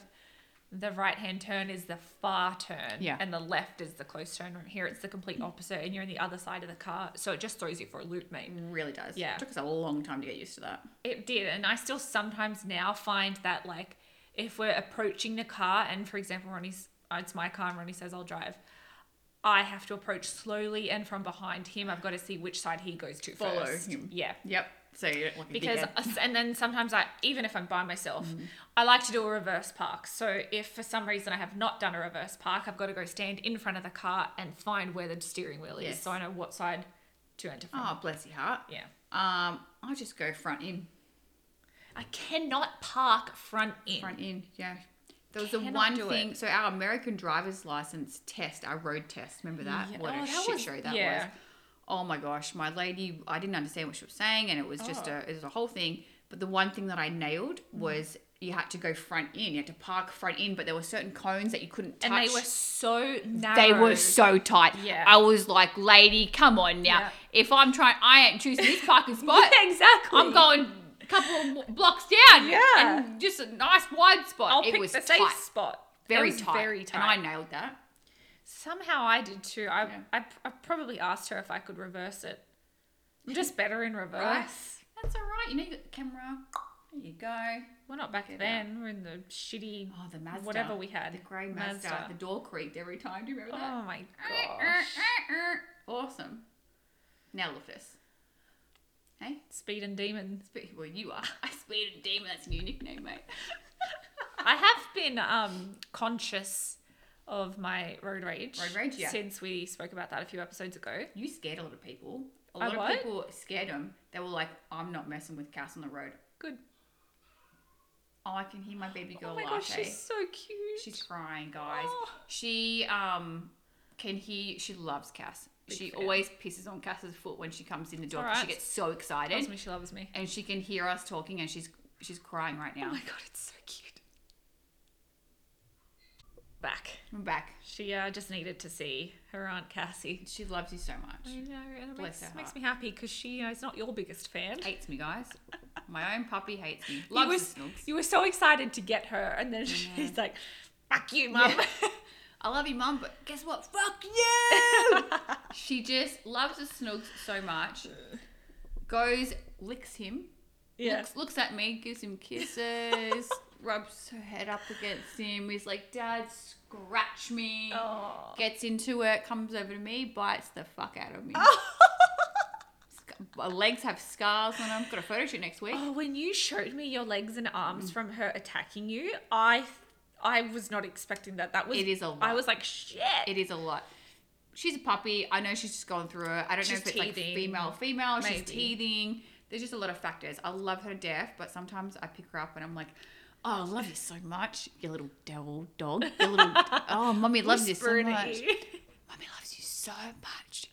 B: the right hand turn is the far turn,
A: Yeah.
B: and the left is the close turn. Here it's the complete opposite, and you're on the other side of the car, so it just throws you for a loop, mate.
A: It really does.
B: Yeah.
A: It took us a long time to get used to that.
B: It did, and I still sometimes now find that like if we're approaching the car, and for example, Ronnie's it's my car, and Ronnie says I'll drive. I have to approach slowly, and from behind him, I've got to see which side he goes to
A: Follow
B: first.
A: him.
B: Yeah,
A: Yep. So you don't look like a
B: because
A: dickhead.
B: us- and then sometimes I even if I'm by myself,
A: Mm-hmm.
B: I like to do a reverse park. So if for some reason I have not done a reverse park, I've got to go stand in front of the car and find where the steering wheel is,
A: Yes.
B: so I know what side to enter from.
A: Oh, bless your heart.
B: Yeah,
A: Um, I just go front in.
B: I cannot park front in.
A: Front in, yeah. There was the
B: Cannot
A: one
B: do
A: thing. So our American driver's license test, our road test. Remember that?
B: Yeah.
A: What
B: Oh,
A: a
B: that
A: shit
B: was-
A: show that
B: yeah.
A: was. Oh my gosh, my lady, I didn't understand what she was saying, and it was just
B: Oh. Mm.
A: a, it was a whole thing. But the one thing that I nailed was you had to go front in. You had to park front in, but there were certain cones that you couldn't touch.
B: and they were so narrow.
A: They were so tight.
B: Yeah.
A: I was like, lady, come on now.
B: Yeah.
A: If I'm trying, I ain't choosing this parking spot.
B: Yeah, exactly.
A: I'm going a couple of w- blocks down.
B: Yeah.
A: And just a nice wide spot.
B: I'll
A: it
B: pick
A: was
B: the
A: tight.
B: safe spot. It
A: Very
B: was
A: tight.
B: Very tight.
A: And I nailed that.
B: Somehow I did too. I,
A: Yeah.
B: I I probably asked her if I could reverse it. I'm just better in reverse.
A: That's all right. You know, you got the camera. There you go.
B: We're not back
A: Get
B: then. We're in the shitty
A: Oh, the Mazda.
B: whatever we had.
A: The grey Mazda. The door creaked every time. Do you remember
B: Oh
A: that?
B: my
A: Er, er,
B: gosh.
A: er, er. Awesome. Now look at this. Hey?
B: Speed and demons.
A: Spe- Well, you are. I speed a demon. That's a new nickname, mate.
B: I have been um conscious of my road rage.
A: Road rage, yeah.
B: Since we spoke about that a few episodes ago.
A: You scared a lot of people. A
B: I
A: lot
B: what?
A: of people scared them. They were like, "I'm not messing with Cass on the road."
B: Good.
A: Oh, I can hear my baby girl
B: oh my gosh,
A: latte.
B: she's
A: She's,
B: so cute.
A: crying, guys.
B: Oh.
A: She um can hear. She loves Cass. she
B: fan.
A: always pisses on Cass's foot when she comes in the door. 'cause She
B: alright.
A: gets so
B: Tells
A: excited,
B: me she loves me.
A: and she can hear us talking, and she's she's crying right now.
B: Oh my god, it's so cute. Back.
A: I'm back.
B: She uh, just needed to see her aunt Cassie.
A: She loves you so much.
B: I know, and it makes,
A: Bless her
B: makes
A: heart.
B: me happy because she you know, is not your biggest fan.
A: Hates me, guys. My own puppy hates me.
B: you were,
A: Loves the snooks.
B: you were so excited to get her, and then she's like, "Fuck you, mum."
A: I love you, mum, but guess what? Fuck you! she just loves the snooks so much. Goes, licks him,
B: yeah.
A: looks, looks at me, gives him kisses, rubs her head up against him. He's like, Dad, scratch me.
B: Aw.
A: Gets into it, comes over to me, bites the fuck out of me. Sc- My legs have scars on them. Got a photo shoot next week.
B: Mm. Oh, when you showed me your legs and arms from her attacking you, I I was not expecting that. That was
A: It is a lot.
B: I was like, shit.
A: It is a lot. She's a puppy. I know she's just going through it. I don't
B: She's
A: know if it's like
B: teething.
A: female, female. She's
B: Maybe.
A: teething. There's just a lot of factors. I love her to death, but sometimes I pick her up and I'm like, oh, I love you so much, you little devil dog. You little, oh, mommy loves you so
B: Whisper in her
A: much.
B: ear.
A: Mommy loves you so much,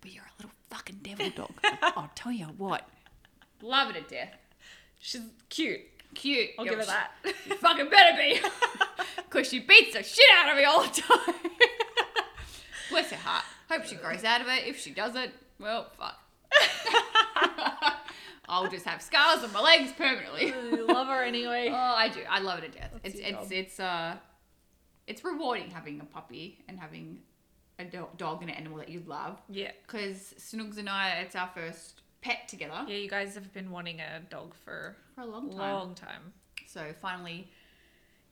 A: but you're a little fucking devil dog. I'll tell you what. Love her to death.
B: She's cute.
A: Cute.
B: I'll
A: Yo,
B: give her
A: she-
B: that.
A: You fucking better be. Because she beats the shit out of me all the time. Bless her heart. Hope she grows out of it. If she doesn't, well, fuck. I'll just have scars on my legs permanently.
B: I love her anyway.
A: Oh, I do. I love it to death. it's
B: your
A: it's
B: job.
A: it's uh, it's rewarding having a puppy and having a do- dog and an animal that you love.
B: yeah.
A: Because Snoogs and I, it's our first pet together
B: Yeah, you guys have been wanting a dog for
A: for a long
B: a
A: time.
B: long time.
A: So finally,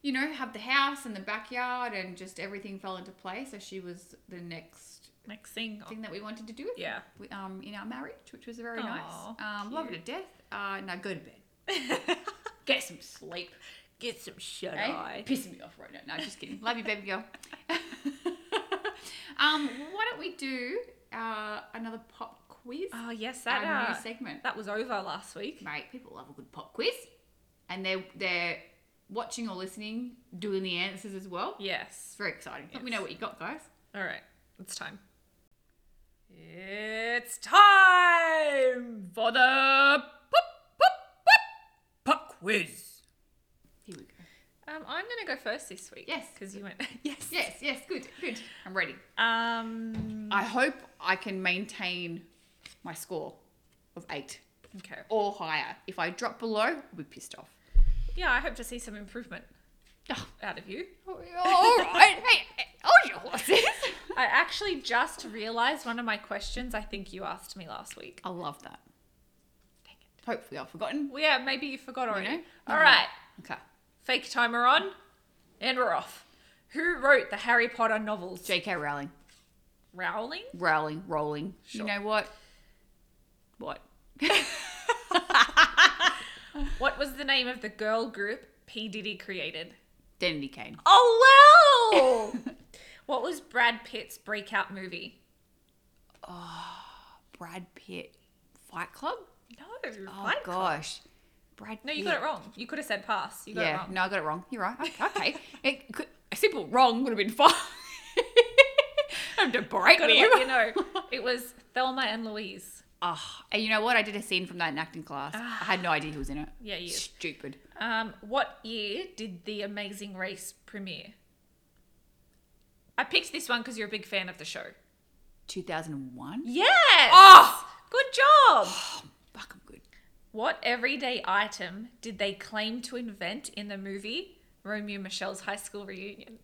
A: you know, have the house and the backyard and just everything fell into place. So she was the next
B: Next thing.
A: thing that we wanted to do with
B: Yeah.
A: with, um, in our marriage, which was very
B: Aw,
A: nice. Um, love her to death. Uh, now go to bed. Get some sleep.
B: Get some shut
A: eh? Pissing me off right now. No, just kidding. Love you, baby girl. um, why don't we do uh, another pop quiz?
B: Oh yes, that
A: Our
B: uh,
A: new segment.
B: that was over last week.
A: Mate, people love a good pop quiz, and they're they're watching or listening, doing the answers as well. It's
B: Yes.
A: very exciting. Let me know what you got, guys.
B: All right, it's time. It's time for the pop pop pop pop quiz.
A: Here we go.
B: Um, I'm gonna go first this week.
A: Yes.
B: because you went. yes.
A: Yes, yes, good, good. I'm ready.
B: Um.
A: I hope I can maintain my score of eight
B: Okay.
A: or higher. If I drop below, I'll be pissed off.
B: Yeah, I hope to see some improvement
A: Oh,
B: out of you.
A: all right. hey, hey, hold your horses.
B: I actually just realized one of my questions. I think you asked me last week.
A: I love that. Hopefully, I've forgotten.
B: Well, yeah, Mm-hmm. maybe you forgot already.
A: know?
B: All right.
A: Okay.
B: Fake timer on, and we're off. Who wrote the Harry Potter novels?
A: J.K. Rowling,
B: Rowling?
A: Rowling, rolling.
B: Sure.
A: You know what? What?
B: What was the name of the girl group P. Diddy created?
A: Danny Kane.
B: Oh, wow! what was Brad Pitt's breakout movie?
A: Brad Pitt, Fight Club.
B: No.
A: Oh
B: Fight Club.
A: gosh, Brad.
B: No, you
A: Pitt.
B: got it wrong. You could have said pass. You got
A: yeah,
B: it wrong.
A: no, I got it wrong. You're right. Okay, okay. it could, a simple wrong would have been fine. I'm to break
B: Gotta
A: me.
B: let you know. It was Thelma and Louise.
A: Ah, and you know what? I did a scene from that in acting class. I had no idea who was in it.
B: Ah. Yeah, you-
A: Stupid.
B: Um, what year did The Amazing Race premiere? I picked this one because you're a big fan of the show.
A: 2001.
B: Yes!
A: Oh,
B: Good job!
A: fuck, I'm good.
B: What everyday item did they claim to invent in the movie Romeo and Michelle's high school reunion?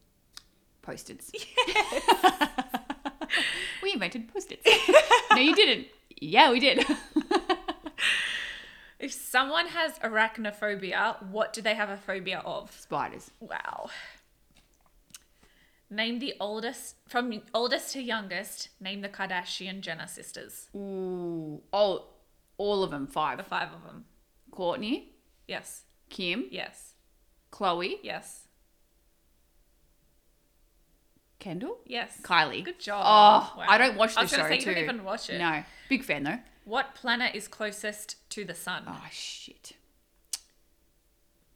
A: Post-its. we invented post-its. no, you didn't. Yeah, we did.
B: If someone has arachnophobia, what do they have a phobia of?
A: Spiders.
B: Wow. Name the oldest from oldest to youngest, name the Kardashian Jenner sisters.
A: Ooh. Oh, all of them.
B: The
A: Five.
B: five of them.
A: Courtney,
B: Yes.
A: Kim,
B: Yes.
A: Chloe,
B: Yes.
A: Kendall.
B: Yes.
A: Kylie.
B: Good job.
A: Oh,
B: Wow.
A: I don't watch the
B: I was
A: show
B: gonna say,
A: too.
B: you don't even watch it.
A: No, big fan though.
B: What planet is closest to the sun?
A: Oh shit.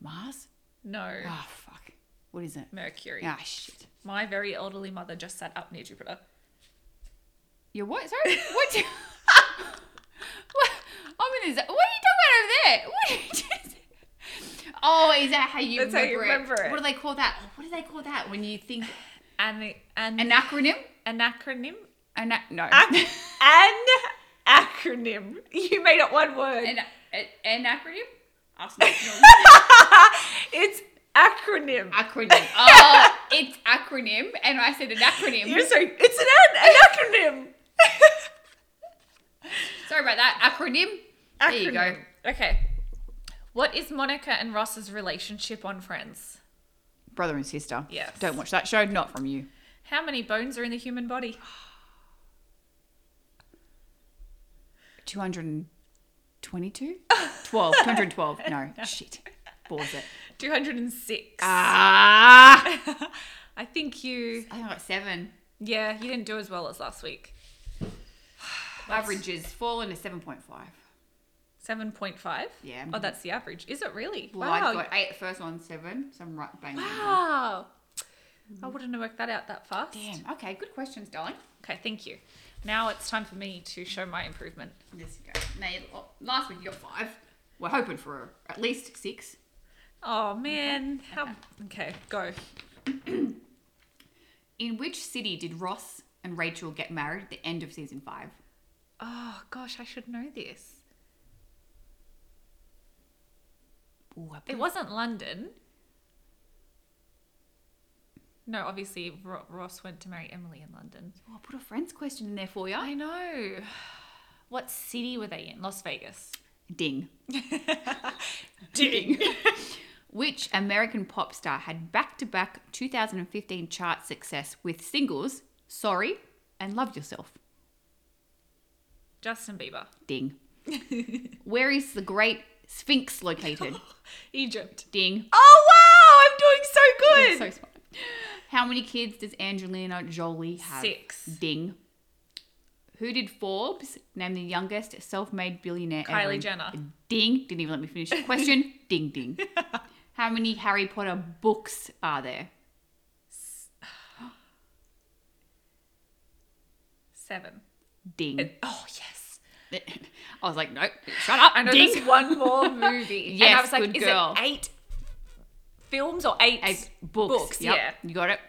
A: Mars?
B: No.
A: Oh fuck. What is it?
B: Mercury.
A: Ah shit.
B: My very elderly mother just sat up near Jupiter.
A: You're what? Sorry. What? do- what? I'm in this. What are you talking about over there? What? Are you just... Oh, is that how you,
B: That's how
A: remember,
B: you remember
A: it?
B: it.
A: What do they call that? What do they call that when you think
B: An an
A: an
B: an,
A: acronym?
B: acronym.
A: An no.
B: an acronym. You made it one word.
A: an, an, an acronym? Ask me.
B: it's acronym.
A: acronym. Oh, it's acronym, and I said an acronym.
B: You're so it's an an, an acronym.
A: Sorry about that. Acronym. There you go.
B: Acronym. Okay. What is Monica and Ross's relationship on Friends?
A: Brother and sister.
B: Yes.
A: Don't watch that show. Not from you.
B: How many bones are in the human body?
A: 222? 12. 212. No. Shit. What was it?
B: 206.
A: Ah!
B: I think you.
A: I think I got seven.
B: Yeah, you didn't do as well as last week.
A: Averages fallen to 7.5.
B: 7.5?
A: Yeah.
B: Oh, that's the average. Is it really?
A: Well, I got eight at first one, seven. So I'm right bang. in the middle.
B: Wow. I wouldn't have worked that out that fast.
A: Damn. Okay. Good questions, darling.
B: Okay, thank you. Now it's time for me to show my improvement.
A: Yes, you go. Now, you- oh, last week you got five. We're hoping for at least six.
B: Oh man, how okay, go.
A: In which city did Ross and Rachel get married at the end of season five?
B: Oh gosh, I should know this.
A: Ooh, I
B: It wasn't London. No, obviously Ro- Ross went to marry Emily in London.
A: Oh, I put a friend's question in there for you.
B: I know. What city were they in? Las Vegas.
A: Ding.
B: Ding.
A: Which American pop star had back to back 2015 chart success with singles Sorry and Love Yourself?
B: Justin Bieber.
A: Ding. Where is the Great Sphinx located?
B: Egypt.
A: Ding.
B: Oh wow, I'm doing so
A: So smart. How many kids does Angelina Jolie have?
B: Six.
A: Ding. Who did Forbes name the youngest self made billionaire ever?
B: Kylie Jenner.
A: Ding. Didn't even let me finish the question. ding, ding. How many Harry Potter books are there?
B: Seven.
A: Ding.
B: Oh yes.
A: I was like, nope, shut up.
B: I know
A: ding.
B: there's one more movie.
A: Yes,
B: and I was like,
A: good
B: is
A: girl.
B: it eight films or eight,
A: Eight books. Yep,
B: Yeah.
A: You got it.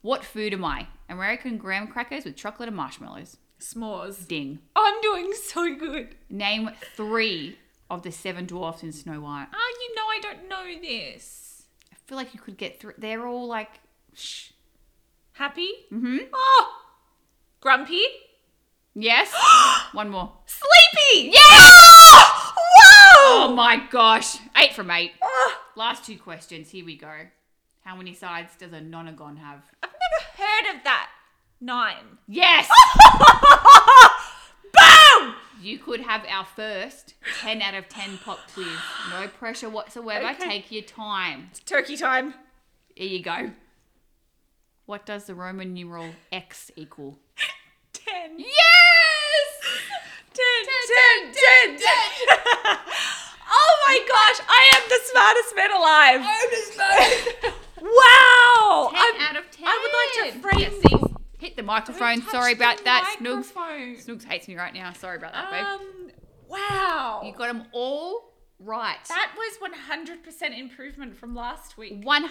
A: What food am I? American graham crackers with chocolate and marshmallows.
B: S'mores.
A: Ding.
B: I'm doing so good.
A: Name three of the seven dwarfs in Snow White.
B: Ah, you know I don't know this.
A: I feel like you could get through. They're all like, shh.
B: Happy? Mm-hmm. Oh! Grumpy?
A: Yes. One more.
B: Sleepy!
A: Yes!
B: Whoa! Ah.
A: Oh my gosh. Eight from eight. Last two questions. Here we go. How many sides does a nonagon have?
B: I've never heard of that. Nine.
A: Yes.
B: Boom!
A: You could have our first 10 out of 10 pop quiz. No pressure whatsoever.
B: Okay.
A: Take your time.
B: It's turkey time.
A: Here you go. What does the Roman numeral X equal?
B: Ten.
A: Yes!
B: Ten, ten, ten, ten. oh my gosh, I am the smartest man alive. wow.
A: 10
B: I'm-
A: out of 10.
B: I would like to frame
A: Yes,
B: these.
A: see? Hit the microphone.
B: Don't touch
A: Sorry
B: the
A: about that. Snoogs.
B: microphone.
A: Snoogs hates me right now. Sorry about that, babe.
B: Um, wow.
A: You got them all right.
B: that was 100% improvement from last week.
A: 100%.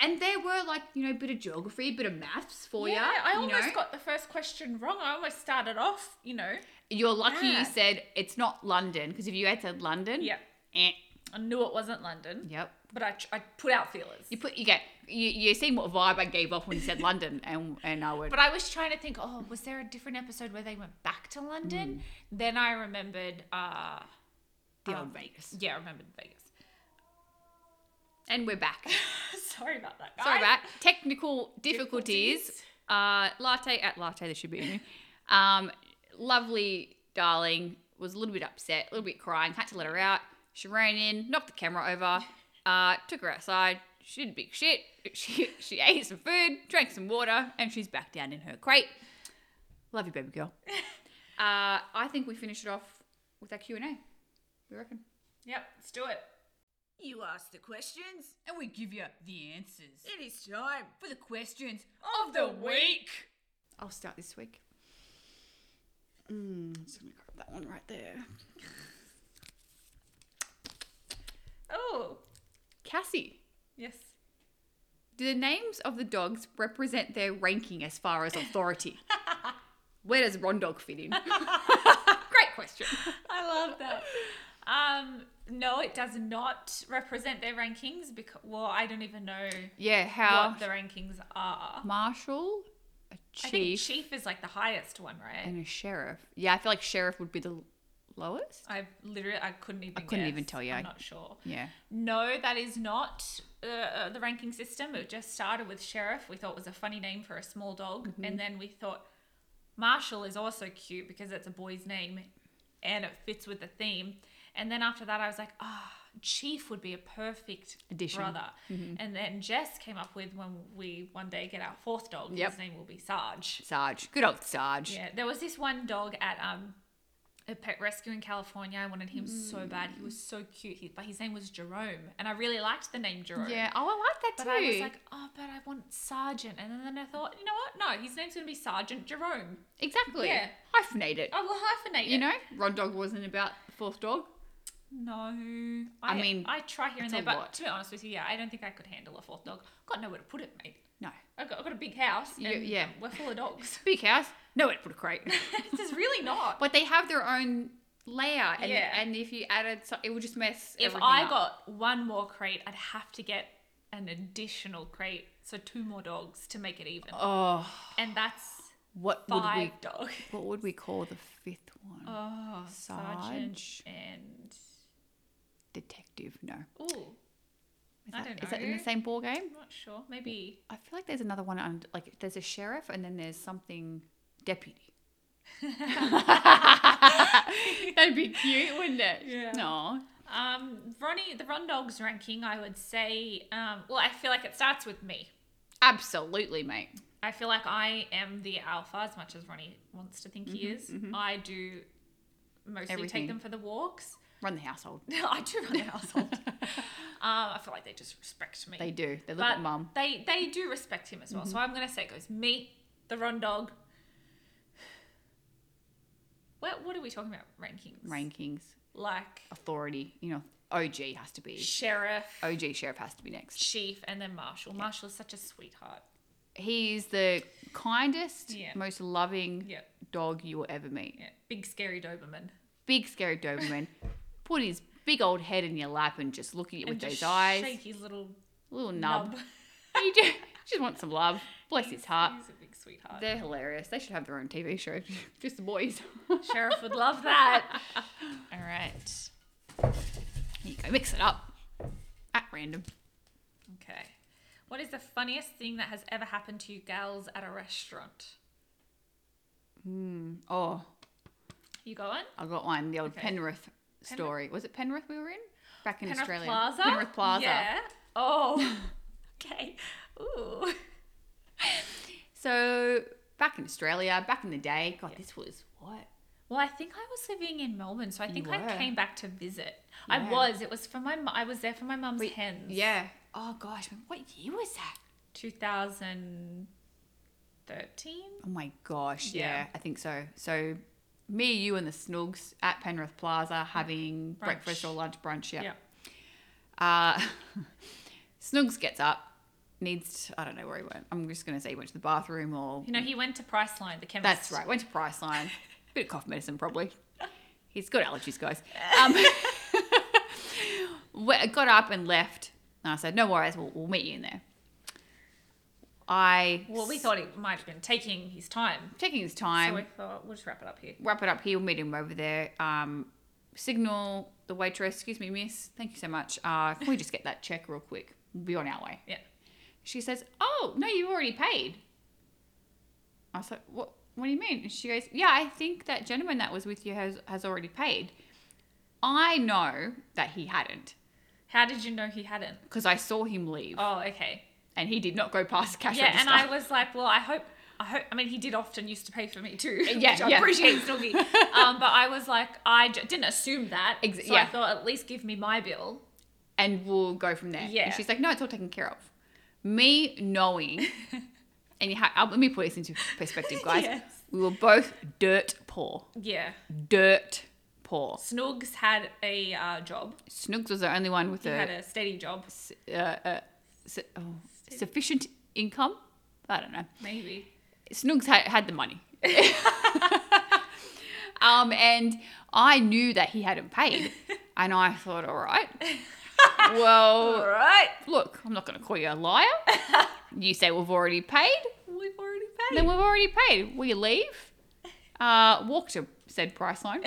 A: And there were like, you know, a bit of geography, a bit of maths for
B: yeah,
A: you.
B: I
A: you
B: almost
A: know?
B: got the first question wrong. I almost started off, you know,
A: You're lucky you
B: Bad.
A: said it's not London because if you had said London,
B: Yep.
A: eh,
B: I knew it wasn't London,
A: yep.
B: but I, tr- I put out feelers.
A: You put you get you you seen what vibe I gave off when you said London and and I would
B: But I was trying to think, oh, was there a different episode where they went back to
A: Mm.
B: London? Then I remembered, uh,
A: the old Vegas.
B: yeah, I remembered Vegas.
A: And we're back.
B: Sorry about that, guys.
A: Sorry about technical difficulties. Uh, latte at latte there should be. a new. Um, lovely darling was a little bit upset, a little bit crying. Had to let her out. She ran in, knocked the camera over. Uh, took her outside. She did a big shit. She she ate some food, drank some water, and she's back down in her crate. Love you, baby girl. Uh, I think we finish it off with our Q and A. We reckon.
B: Yep, let's do it.
C: You ask the questions,
A: And we give you the answers
C: it is time
A: for the questions.
C: of the week.
A: I'll start this week. Mm, just gonna grab that one right there.
B: Oh,
A: Cassie.
B: yes.
A: Do the names of the dogs represent their ranking as far as authority? Where does Rondog fit in? Great question.
B: I love that. Um, no, it does not represent their rankings because, well, I don't even know
A: Yeah, how
B: what the rankings are.
A: Marshall, a chief,
B: I think chief is like the highest one, right?
A: and a sheriff. Yeah, I feel like sheriff would be the l- lowest.
B: I literally, I couldn't even. I
A: couldn't even tell you.
B: I'm not sure.
A: Yeah.
B: No, that is not uh, uh, the ranking system. It just started with sheriff. We thought was a funny name for a small dog,
A: Mm-hmm.
B: and then we thought Marshall is also cute because it's a boy's name, and it fits with the theme. And then after that, I was like, ah, Chief would be a perfect
A: Addition. Mm-hmm.
B: brother. And then Jess came up with when we one day get our fourth dog,
A: Yep.
B: his name will be Sarge.
A: Sarge. Good old Sarge.
B: Yeah, there was this one dog at um a pet rescue in California. I wanted him
A: Mm.
B: so bad. He was so cute. He, but his name was Jerome, and I really liked the name Jerome.
A: Yeah. Oh, I like that
B: But
A: too.
B: I was like, oh, but I want Sergeant. And then I thought, you know what? No, his name's going to be Sergeant Jerome.
A: exactly.
B: Yeah.
A: Hyphenate it.
B: I will hyphenate
A: You
B: it.
A: know, Rod Dog wasn't about the fourth dog.
B: No. I,
A: mean,
B: I try here and
A: it's
B: there,
A: a
B: but
A: lot.
B: to be honest with you, yeah, I don't think I could handle a fourth dog. I've got nowhere to put it, mate.
A: No.
B: I've got, I've got a big house. And
A: You- yeah.
B: We're full of dogs.
A: Big house. No, it put a crate.
B: this is really not.
A: but they have their own layout, and
B: Yeah.
A: and if you added, so, it would just mess.
B: if
A: everything
B: I
A: up.
B: got one more crate, I'd have to get an additional crate, so two more dogs to make it even.
A: oh,
B: And that's
A: what would
B: five
A: we?
B: dogs.
A: What would we call the fifth one?
B: Oh,
A: Sarge.
B: Sergeant and
A: Detective. No.
B: ooh,
A: Is
B: I
A: that,
B: don't
A: is that in the
B: know.
A: same ball game?
B: I'm not sure. Maybe
A: I feel like there's another one. Under, like there's a sheriff, and then there's something deputy. That'd be cute, wouldn't it?
B: Yeah.
A: No.
B: um, Ronnie, the Run Dogs ranking, I would say. Um, well, I feel like it starts with me.
A: Absolutely, mate.
B: I feel like I am the alpha as much as Ronnie wants to think he is. I do mostly
A: Mm-hmm, Everything.
B: take them for the walks.
A: Run the household.
B: I do run the household. um, I feel like they just respect me.
A: They do. They look
B: but
A: at mum. Mm-hmm.
B: They they do respect him as well. So I'm gonna say it goes me, the Ron dog. What what are we talking about? Rankings.
A: Rankings,
B: Like
A: authority. You know, OG has to be.
B: sheriff,
A: OG sheriff has to be next.
B: chief, and then Marshall. Marshall is such a sweetheart.
A: He's the kindest,
B: Yeah.
A: most loving
B: Yeah.
A: dog you will ever meet.
B: Yeah. Big scary Doberman.
A: Big scary Doberman. Put his big old head in your lap and just look at you
B: And
A: with
B: just
A: those eyes.
B: Shake his little
A: Little nub.
B: nub.
A: he just, just wants some love. Bless his heart.
B: He's a big sweetheart.
A: They're hilarious. They should have their own TV show. Just the boys.
B: Sheriff would love that. All right.
A: Here you go. Mix it up. At random.
B: Okay. What is the funniest thing that has ever happened to you gals at a restaurant?
A: Oh,
B: You going?
A: I got one. The old
B: Okay.
A: Penrith story. Was it Penrith we were in? Back in
B: Penrith
A: Australia.
B: Plaza?
A: Penrith Plaza.
B: Yeah. Oh. okay. Ooh.
A: So back in Australia, back in the day, God, this was what?
B: Well, I think I was living in Melbourne, so I think I
A: were.
B: came back to visit.
A: Yeah.
B: I was. It was for my. mu- I was there for my mum's hens.
A: Yeah. Oh gosh, what year was that?
B: 2013.
A: Oh my gosh, yeah,
B: Yeah.
A: I think so. So me, you, and the Snoogs at Penrith Plaza having breakfast or lunch brunch. Yeah.
B: Yeah.
A: Uh, Snoogs gets up, needs to, I don't know where he went. I'm just gonna say he went to the bathroom or
B: You know, he went to Priceline, the chemist.
A: Oh. That's right. Went to Priceline. Bit of cough medicine, probably. He's got allergies, guys. Um, we- got up and left. And I said, no worries, we'll, we'll meet you in there. I,
B: Well, we thought he might have been taking his time.
A: taking his
B: so
A: time,
B: we thought we'll just wrap it up here.
A: wrap it up here, we'll meet him over there. Um, signal the waitress, excuse me, miss, thank you so much. Uh, can we just get that check real quick? We'll be on our way.
B: Yeah.
A: She says, "Oh no, you've already paid." I was like, "What? What do you mean?" And she goes, "Yeah, I think that gentleman that was with you has has already paid." I know that he hadn't
B: How did you know he hadn't?
A: because I saw him leave,
B: Oh, okay.
A: and he did not go past the cash
B: Yeah,
A: register.
B: and I was like, well, I hope, I hope. I mean, he did often used to pay for me too.
A: Yeah,
B: which
A: yeah.
B: I appreciate Snooky. um, but I was like, I j- didn't assume that.
A: Ex-
B: so
A: yeah.
B: I thought at least give me my bill.
A: and we'll go from there.
B: Yeah.
A: And she's like, "No, it's all taken care of." Me knowing, and you ha- I'll- let me put this into perspective, guys.
B: Yes.
A: We were both dirt poor,
B: Yeah.
A: dirt poor.
B: Snoogs had a uh, job.
A: Snooks was the only one with
B: He
A: the
B: had a steady job,
A: uh, uh, su- oh, sufficient income. I don't know.
B: maybe.
A: Snoogs had, had the money. um, and I knew that he hadn't paid. And I thought, all right, well,
B: All right.
A: look, I'm not going to call you a liar. You say we've already paid.
B: We've already
A: Then
B: paid.
A: we've already paid. We leave, uh, walk to said Priceline,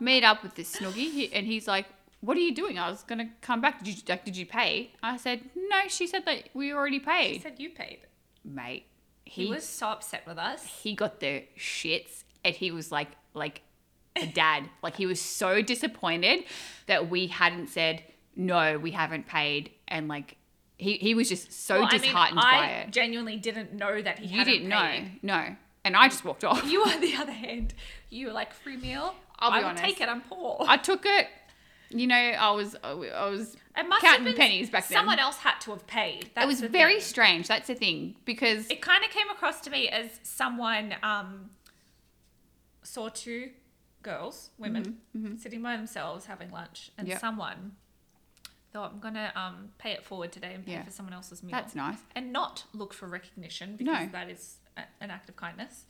A: meet up with this Snoogie, he, and he's like, "What are you doing? I was gonna come back. Did you like, did you pay?" I said, "No." She said that we already
B: He
A: paid,
B: said you paid.
A: mate. He
B: He was so upset with us.
A: he got the shits, and he was like, like the dad. like he was so disappointed that we hadn't said no, we haven't paid, and like he he was just so
B: Well, I mean,
A: disheartened by
B: I
A: it.
B: genuinely didn't know that he
A: You
B: hadn't
A: didn't
B: paid.
A: know, no, and I just walked off.
B: You on the other hand, you were like free meal.
A: I'll be
B: I would
A: honest.
B: take it. I'm poor.
A: I took it. You know, I was I was
B: it must
A: counting
B: have been
A: pennies back then.
B: Someone else had to have paid. That's
A: it was
B: the
A: very
B: thing.
A: strange. That's the thing because
B: It kind of came across to me as someone um, saw two girls, women, sitting by themselves having lunch, and
A: Mm-hmm, Yep.
B: someone thought, "I'm gonna um, pay it forward today and pay
A: Yeah.
B: for someone else's meal."
A: That's nice.
B: And not look for recognition because
A: No.
B: that is a- an act of kindness.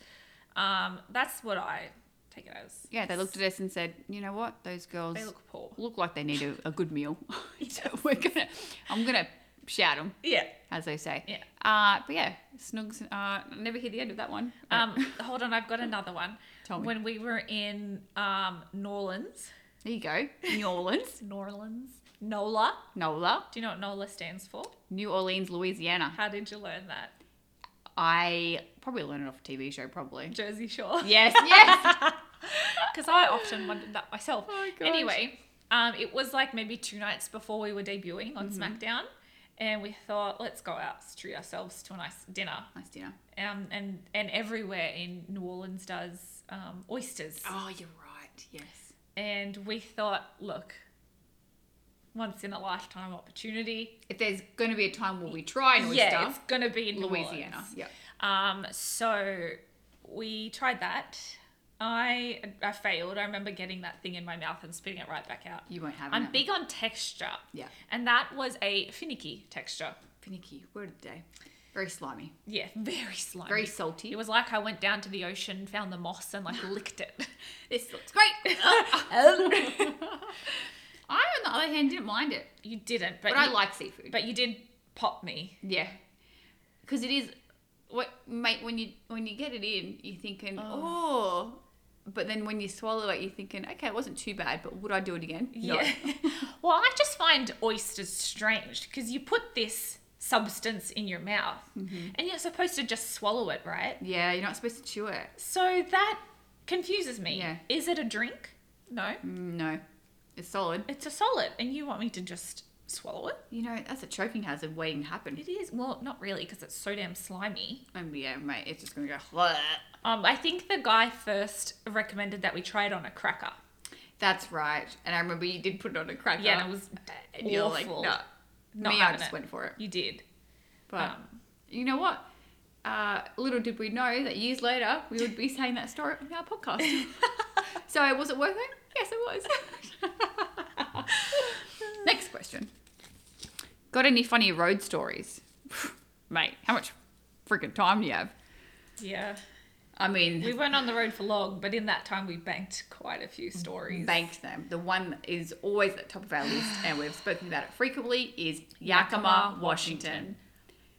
B: Um, that's what I take it as.
A: yeah, they looked at us and said, you know what, those girls
B: They look poor.
A: look like they need a, a good meal. so we're gonna, I'm gonna shout them,
B: Yeah.
A: as they say.
B: Yeah.
A: Uh, but yeah, Snugs. Uh, I never hear the end of that one.
B: Um, hold on, I've got another one.
A: Oh. Tell me.
B: When we were in um, Norlands,
A: there you go, New Orleans,
B: Norlands, NOLA.
A: NOLA,
B: Do you know what NOLA stands for?
A: New Orleans, Louisiana.
B: How did you learn that?
A: I probably learned it off a TV show, probably.
B: Jersey Shore.
A: Yes, yes.
B: Because I often wondered that myself.
A: Oh my gosh.
B: Anyway, um, it was like maybe two nights before we were debuting on
A: Mm-hmm.
B: SmackDown, and we thought, let's go out, treat ourselves to a nice dinner.
A: nice dinner.
B: Um, and and everywhere in New Orleans does um, oysters.
A: Oh, you're right. Yes.
B: And we thought, look, once in a lifetime opportunity.
A: If there's gonna be a time where we try and we
B: yeah,
A: yeah,
B: it's gonna be in New
A: Louisiana.
B: Orleans.
A: Yeah.
B: Um, so we tried that. I I failed. I remember getting that thing in my mouth and spitting it right back out.
A: You won't have
B: I'm
A: it.
B: big on texture.
A: Yeah.
B: And that was a finicky texture.
A: Finicky. Word of the day. Very slimy.
B: Yeah, very slimy.
A: Very salty.
B: It was like I went down to the ocean, found the moss, and like licked it.
A: This looks great.
B: Um.
A: I, on the other hand, didn't mind it,
B: you didn't, but
A: but I
B: you-
A: like seafood.
B: But you did pop me.
A: yeah, because it is what mate when you when you get it in, you're thinking oh. but then when you swallow it, you're thinking okay, it wasn't too bad, but would I do it again? No.
B: Yeah. well, I just find oysters strange because you put this substance in your mouth and you're supposed to just swallow it, right?
A: Yeah, you're not supposed to chew it.
B: So that confuses me.
A: Yeah.
B: Is it a drink? No.
A: No, it's solid.
B: It's a solid and you want me to just swallow it?
A: You know that's a choking hazard waiting to happen.
B: It is. Well, not really because it's so damn slimy.
A: And yeah, mate, it's just gonna go. "Bleh."
B: Um, I think the guy first recommended that we try it on a cracker.
A: That's right. And I remember you did put it on a cracker.
B: Yeah, and it was
A: And you're like,
B: awful.
A: no.
B: Not
A: Me, I
B: having Um,
A: just went for it.
B: You did.
A: But
B: Um,
A: you know what? Uh, little did we know that years later we would be saying that story in our podcast. so was it worth it? Yes, it was. Next question. Got any funny road stories? Mate, how much freaking time do you have?
B: Yeah.
A: I mean,
B: We weren't on the road for long, but in that time we banked quite a few stories.
A: bank them. The one that is always at the top of our list, and we've spoken about it frequently, is Yakima,
B: Yakima,
A: Washington.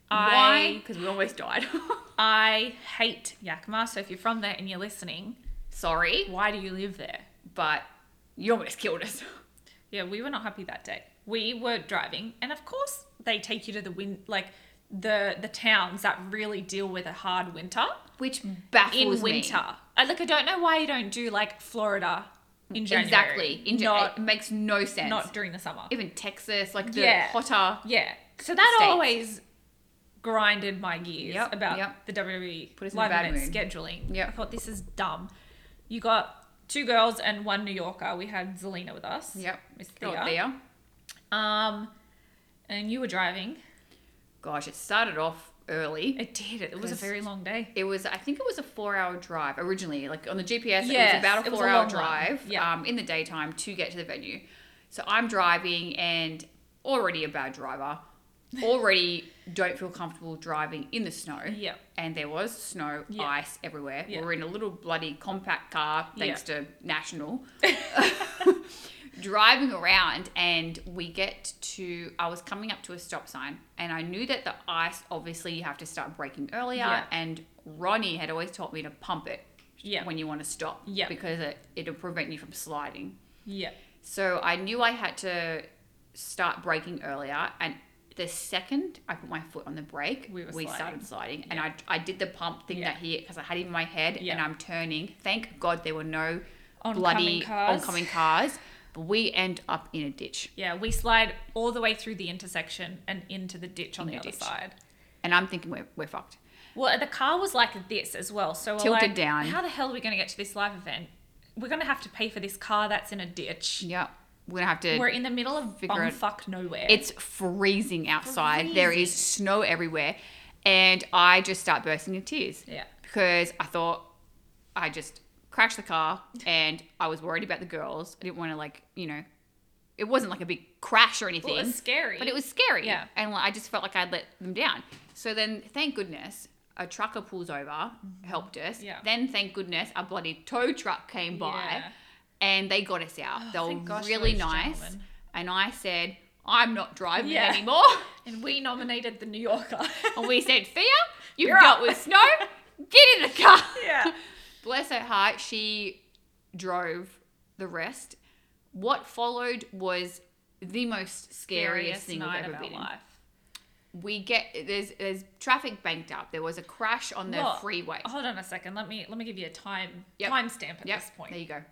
A: Why?
B: I,
A: Because we almost died.
B: I hate Yakima, so if you're from there and you're listening,
A: Sorry,
B: why do you live there?
A: but you almost killed us.
B: Yeah, we were not happy that day. We were driving, and of course they take you to the win like the the towns that really deal with a hard winter
A: Which
B: in
A: baffles me.
B: winter. I, like I don't know why you don't do like Florida in January.
A: Exactly. In Jan-
B: not
A: it makes no sense.
B: not during the summer.
A: Even Texas, like the
B: Yeah.
A: hotter.
B: yeah. So that
A: States.
B: always grinded my gears
A: Yep,
B: about
A: yep.
B: the WWE
A: Put us in a
B: live
A: bad
B: event
A: mood.
B: scheduling.
A: Yep.
B: I thought this is dumb. You got two girls and one New Yorker. We had Zelina with us.
A: Yep.
B: Miss Thea.
A: God, Thea.
B: Um, and you were driving.
A: Gosh, it started off early. It,
B: It did. It was a
A: 'Cause-
B: very long day.
A: was, I think it was a four hour drive originally. Like on the GPS, it was
B: Yes,
A: about a
B: it was a
A: four hour
B: long one.
A: drive
B: Yeah.
A: um, in the daytime to get to the venue. So I'm driving and already a bad driver. Already don't feel comfortable driving in the snow.
B: Yep.
A: And there was snow,
B: Yeah.
A: ice everywhere.
B: Yeah.
A: We were in a little bloody compact car, thanks to National. driving around and we get to I was coming up to a stop sign and I knew that the ice obviously you have to start braking earlier
B: Yeah.
A: and Ronnie had always taught me to pump it
B: Yeah.
A: when you want to stop
B: Yeah.
A: because it, it'll prevent you from sliding.
B: Yeah.
A: So I knew I had to start braking earlier and the second I put my foot on the brake,
B: We were
A: started sliding, and I, I did the pump thing
B: Yeah.
A: that he because I had it in my head,
B: Yeah.
A: and I'm turning. Thank God there were no
B: Oncoming
A: bloody
B: cars.
A: oncoming cars. But we end up in a ditch.
B: Yeah, we slide all the way through the intersection and into the ditch on the
A: the
B: other
A: ditch.
B: side.
A: And I'm thinking we're, we're fucked.
B: Well, the car was like this as well. So we're
A: Tilted
B: like,
A: down.
B: How the hell are we going to get to this live event? We're going to have to pay for this car that's in a ditch.
A: Yeah. We're going to have to.
B: We're in the middle of
A: Figure it-
B: bumfuck nowhere.
A: It's freezing outside. There is snow everywhere. And I just start bursting in tears.
B: Yeah.
A: Because I thought I just crashed the car and I was worried about the girls. I didn't want to, like, you know, it wasn't like a big crash or anything.
B: Well, it's scary.
A: But it was scary.
B: Yeah.
A: And like, I just felt like I'd let them down. So then, thank goodness, a trucker pulls over, helped us.
B: Mm-hmm. Yeah.
A: Then, thank goodness, a bloody tow truck came by
B: Yeah. Oh,
A: and they got us out. they were
B: thank gosh
A: really
B: those
A: nice.
B: gentlemen.
A: And I said, I'm not driving
B: Yeah.
A: anymore.
B: and we nominated the New Yorker.
A: And we said, Fia, you've
B: You're
A: dealt
B: up."
A: with snow. Get in the car.
B: yeah.
A: Bless her heart, she drove the rest. What followed was the most scariest,
B: Scariest
A: thing
B: night
A: I've
B: of
A: ever
B: our
A: been in.
B: life.
A: We get there's there's traffic banked up. There was a crash on the
B: Well,
A: freeway.
B: Hold on a second. Let me let me give you a time
A: Yep.
B: time stamp Oh, at
A: Yep,
B: this point.
A: There you go.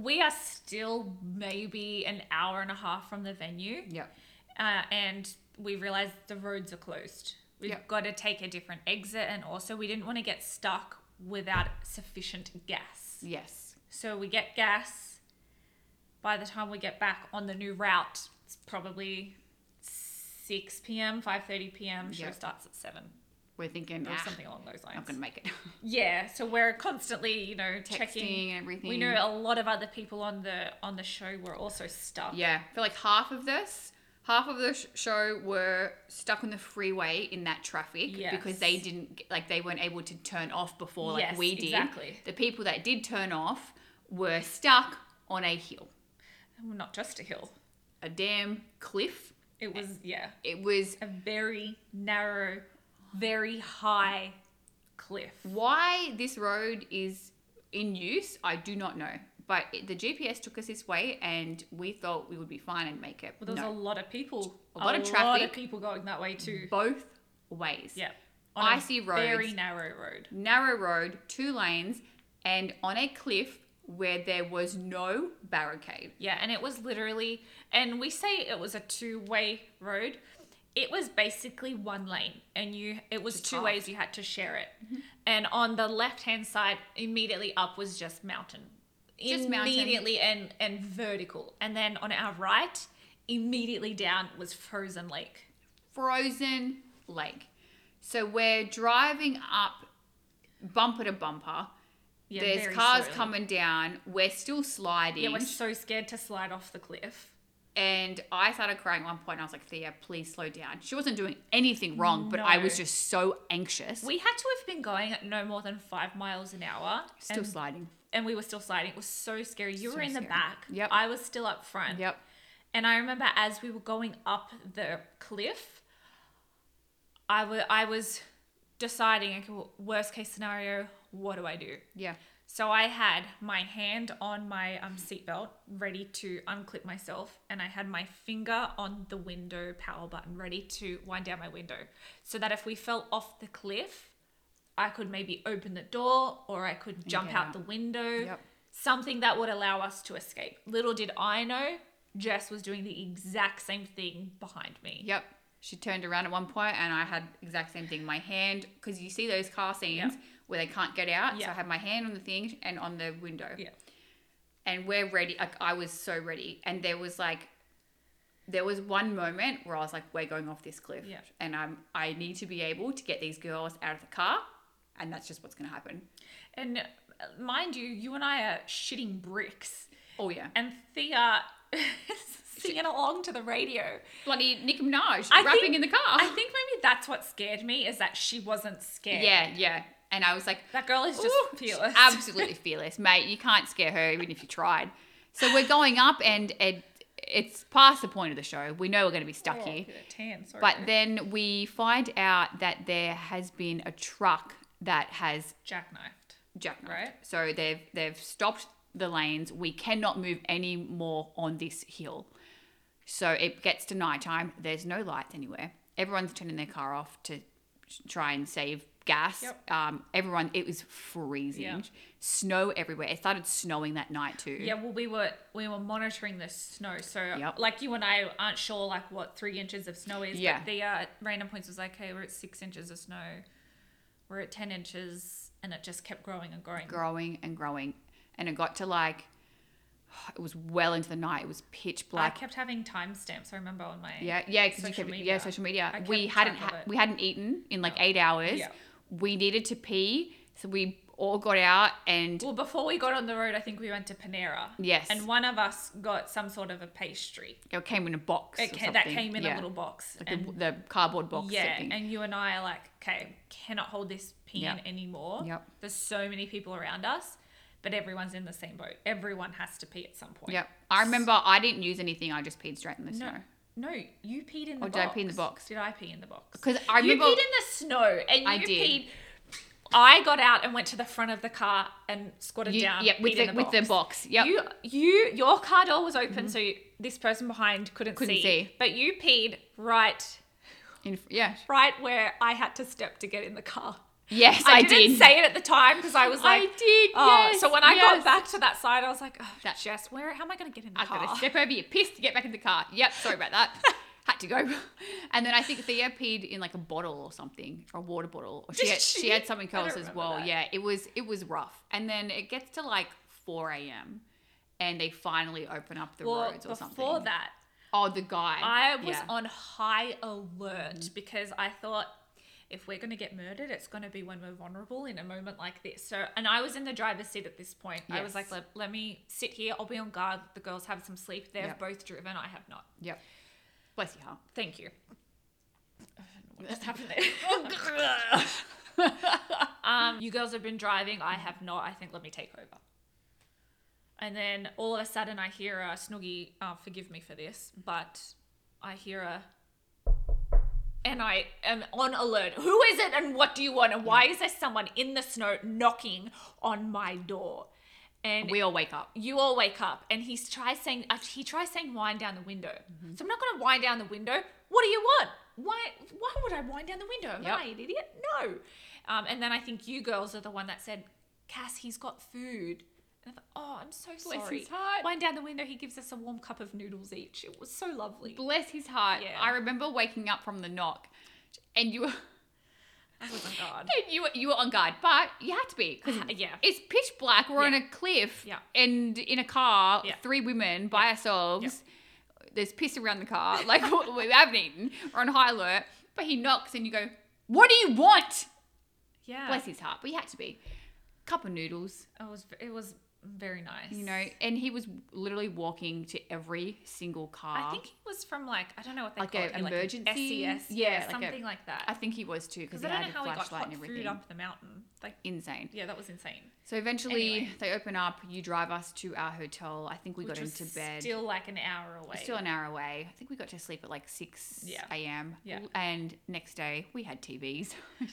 B: we are still maybe an hour and a half from the venue.
A: Yep.
B: uh, and we realized the roads are closed. We've
A: Yep.
B: got to take a different exit, and also we didn't want to get stuck without sufficient gas.
A: Yes.
B: So we get gas. By the time we get back on the new route, it's probably six p.m., five thirty p.m. Show
A: Yep.
B: starts at seven
A: We're thinking
B: or
A: ah,
B: something along those lines.
A: I'm gonna make it.
B: Yeah, so we're constantly, you know, checking
A: Texting and everything.
B: We know a lot of other people on the on the show were also stuck.
A: Yeah, I feel like half of this, half of the sh- show were stuck on the freeway in that traffic because they
B: Yes.
A: didn't get- like they weren't able to turn off before like
B: Yes,
A: we did.
B: exactly.
A: The people that did turn off were stuck on a hill,
B: Not just a hill.
A: a damn cliff.
B: It was yeah.
A: It was
B: a very narrow, very high cliff.
A: why this road is in use. I do not know, but it, the GPS took us this way, and we thought we would be fine and make it.
B: Well, there was
A: No.
B: a lot of people,
A: A lot
B: lot
A: of
B: of
A: traffic.
B: people going that way too.
A: both ways.
B: Yeah, a
A: Icy roads.
B: very narrow road.
A: narrow road, two lanes, and on a cliff where there was no barricade.
B: Yeah, and it was literally, and we say it was a two-way road. It was basically one lane, and you it was two
A: half.
B: ways. You had to share it,
A: Mm-hmm.
B: and on the left-hand side, immediately up was just mountain,
A: Just mountain.
B: immediately and and vertical, and then on our right, immediately down was frozen lake.
A: Frozen lake. So we're driving up bumper to bumper.
B: Yeah,
A: There's
B: very
A: cars
B: slowly.
A: coming down. We're still sliding.
B: Yeah, we're so scared to slide off the cliff.
A: and I started crying at one point. I was like, Thea, please slow down. She wasn't doing anything wrong, but I
B: No.
A: was just so anxious.
B: We had to have been going at no more than five miles an hour.
A: still
B: and,
A: sliding.
B: and we were still sliding. It was so scary. You
A: So
B: were in the
A: scary.
B: back.
A: Yep.
B: I was still up front.
A: Yep.
B: And I remember as we were going up the cliff, I wa- I was deciding, okay, well, worst case scenario, what do I do?
A: Yeah.
B: So I had my hand on my um, seatbelt, ready to unclip myself, and I had my finger on the window power button, ready to wind down my window, so that if we fell off the cliff, I could maybe open the door or I could jump
A: get
B: out
A: out.
B: the window,
A: Yep.
B: something that would allow us to escape. Little did I know, Jess was doing the exact same thing behind me.
A: Yep. She turned around at one point and I had exact same thing. My hand, because you see those car scenes
B: Yeah.
A: where they can't get out. So
B: Yeah.
A: I had my hand on the thing and on the window.
B: Yeah.
A: And we're ready. Like I was so ready. And there was like, there was one moment where I was like, we're going off this cliff.
B: Yeah.
A: And I'm, I need to be able to get these girls out of the car. And that's just what's going to happen.
B: And uh, mind you, you and I are shitting bricks.
A: Oh, yeah.
B: and Thea singing along to the radio.
A: Bloody Nicki Minaj
B: I
A: rapping
B: think-
A: in the car.
B: I think maybe that's what scared me is that she wasn't scared.
A: yeah, yeah. And I was like,
B: That girl is just
A: Ooh, um,
B: fearless.
A: she's Absolutely fearless, mate. You can't scare her even if you tried. So we're going up, and and it's past the point of the show. We know we're going to be stuck
B: Oh,
A: here.
B: get a tan, sorry.
A: But then we find out that there has been a truck that has
B: jackknifed.
A: jackknifed.
B: Right.
A: So they've they've stopped the lanes. We cannot move any more on this hill. So it gets to nighttime. There's no lights anywhere. Everyone's turning their car off to try and save gas.
B: Yep.
A: Um, everyone, it was freezing.
B: Yeah.
A: Snow everywhere. It started snowing that night too.
B: Yeah, well, we were we were monitoring the snow, so
A: Yep.
B: like you and I aren't sure like what three inches of snow is.
A: Yeah.
B: But the uh, random points was like, hey, we're at six inches of snow, we're at ten inches, and it just kept growing and growing.
A: Growing and growing. And it got to like, it was well into the night. It was pitch
B: I
A: black.
B: kept having timestamps. I remember on my
A: Yeah, yeah, because you
B: social
A: kept
B: media.
A: yeah social media.
B: I kept
A: we hadn't
B: track of
A: ha-
B: it.
A: we hadn't eaten in like eight hours.
B: Yeah.
A: We needed to pee, so we all got out and
B: Well, before we got on the road, I think we went to Panera.
A: Yes.
B: And one of us got some sort of a pastry.
A: it came in a box.
B: It
A: or
B: ca- that
A: something.
B: came in a
A: Yeah.
B: little box.
A: like
B: and
A: the, the cardboard box.
B: yeah,
A: thing.
B: and you and I are like, okay, cannot hold this pin
A: Yep.
B: anymore.
A: Yep.
B: There's so many people around us, but everyone's in the same boat. Everyone has to pee at some point.
A: yep. I remember I didn't use anything. I just peed straight in the
B: No.
A: snow.
B: No, you peed in the
A: Or
B: box.
A: did I pee in the box?
B: Did I pee in the box?
A: 'Cause I remember-
B: You peed in the snow and you
A: I did.
B: peed. I got out and went to the front of the car and squatted
A: You-
B: down.
A: yeah, with
B: peed
A: the-
B: in
A: with the box, yep. Mm-hmm.
B: You, you, your car door was open, so you, this person behind couldn't,
A: Couldn't see.
B: But you peed right,
A: In, yeah.
B: right where I had to step to get in the car.
A: Yes, I,
B: I, didn't
A: did.
B: say it at the time because I was
A: I
B: like,
A: did,
B: Oh.
A: yes,
B: so when I got
A: yes.
B: back to that side, I was like, oh,
A: That-
B: Jess, where? How am I going to get in the
A: I was
B: car?
A: gonna step over your piss to get back in the car. Yep, sorry about that. Had to go. And then I think Thea peed in like a bottle or something, or a water bottle. Or she,
B: Did
A: had, she?
B: she?
A: had something
B: I don't
A: else as
B: remember
A: well.
B: that.
A: Yeah, it was it was rough. And then it gets to like 4 a.m. and they finally open up the
B: Well,
A: roads or
B: before
A: something.
B: that,
A: oh, the guy.
B: I was
A: Yeah. Mm-hmm.
B: on high alert because I thought if we're going to get murdered, it's going to be when we're vulnerable in a moment like this. So, and I was in the driver's seat at this point. I was like,
A: Yes.
B: let, let me sit here. I'll be on guard. The girls have some sleep. They've
A: Yep.
B: both driven. I have not.
A: Yep. Bless your heart.
B: Thank you. I don't know what just happened there. um, you girls have been driving. I have not. I think let me take over. And then all of a sudden, I hear a Snoogie. Uh, forgive me for this, but I hear a. And I am on alert. Who is it and what do you want? And why is there someone in the snow knocking on my door? And
A: We all wake up.
B: you all wake up and he tries saying uh, he tries saying wind down the window. So I'm not going to wind down the window. What do you want? Why why would I wind down the window? Am
A: Yep.
B: I an idiot? No. Um, and then I think you girls are the one that said, Cass, he's got food. And I thought, oh, I'm so sorry.
A: his heart.
B: Wind down the window. He gives us a warm cup of noodles each. It was so lovely.
A: Bless his heart.
B: Yeah.
A: I remember waking up from the knock and you were
B: I was like, God.
A: you were, you were on guard, but you had to be. 'cause
B: Uh, yeah.
A: It's pitch black. We're on
B: Yeah.
A: a cliff
B: Yeah.
A: and in a car,
B: Yeah.
A: three women by ourselves. There's piss around the car. Like, we haven't eaten. We're on high alert. But he knocks and you go, What do you want?
B: Yeah.
A: Bless his heart. But you had to be. Cup of noodles,
B: It was it was very nice.
A: you know. And he was literally walking to every single car.
B: I think he was from like I don't know what they
A: Like
B: call
A: a
B: it, here, like an
A: emergency-
B: SES,
A: yeah,
B: yeah,
A: like a-
B: something like that.
A: I think he was too because
B: Because
A: he
B: I don't
A: had a
B: know how we got
A: flashlight
B: hot
A: and
B: food
A: everything.
B: up the mountain. Like,
A: Insane.
B: yeah, that was insane.
A: So eventually
B: Anyway.
A: they open up. You drive us to our hotel. I think we
B: Which
A: got
B: was
A: into bed.
B: still like an hour away.
A: Still an hour away. I think we got to sleep at like 6
B: Yeah.
A: a.m.
B: Yeah.
A: And next day we had TVs,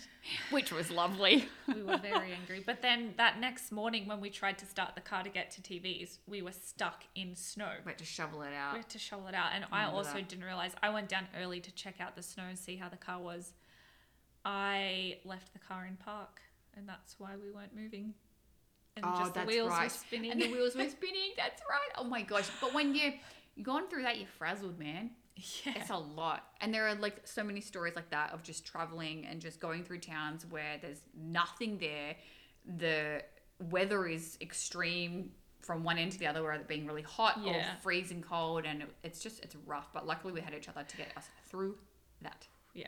A: which was lovely.
B: we were very angry. But then that next morning, when we tried to start the car to get to TVs, we were stuck in snow.
A: we had to shovel it
B: We
A: out.
B: had to shovel it out, and I
A: ah. Remember
B: also
A: that.
B: didn't realize. I went down early to check out the snow and see how the car was. I left the car in park, and that's why we weren't moving. And just the wheels were spinning.
A: Oh, And the wheels were spinning. That's right. Oh my gosh. But when you you gone through that, you're frazzled, man.
B: yeah.
A: It's a lot. And there are like so many stories like that of just traveling and just going through towns where there's nothing there. The weather is extreme from one end to the other, where it being really hot
B: Yeah.
A: or freezing cold. And it- it's just, it's rough. But luckily we had each other to get us through that
B: yeah.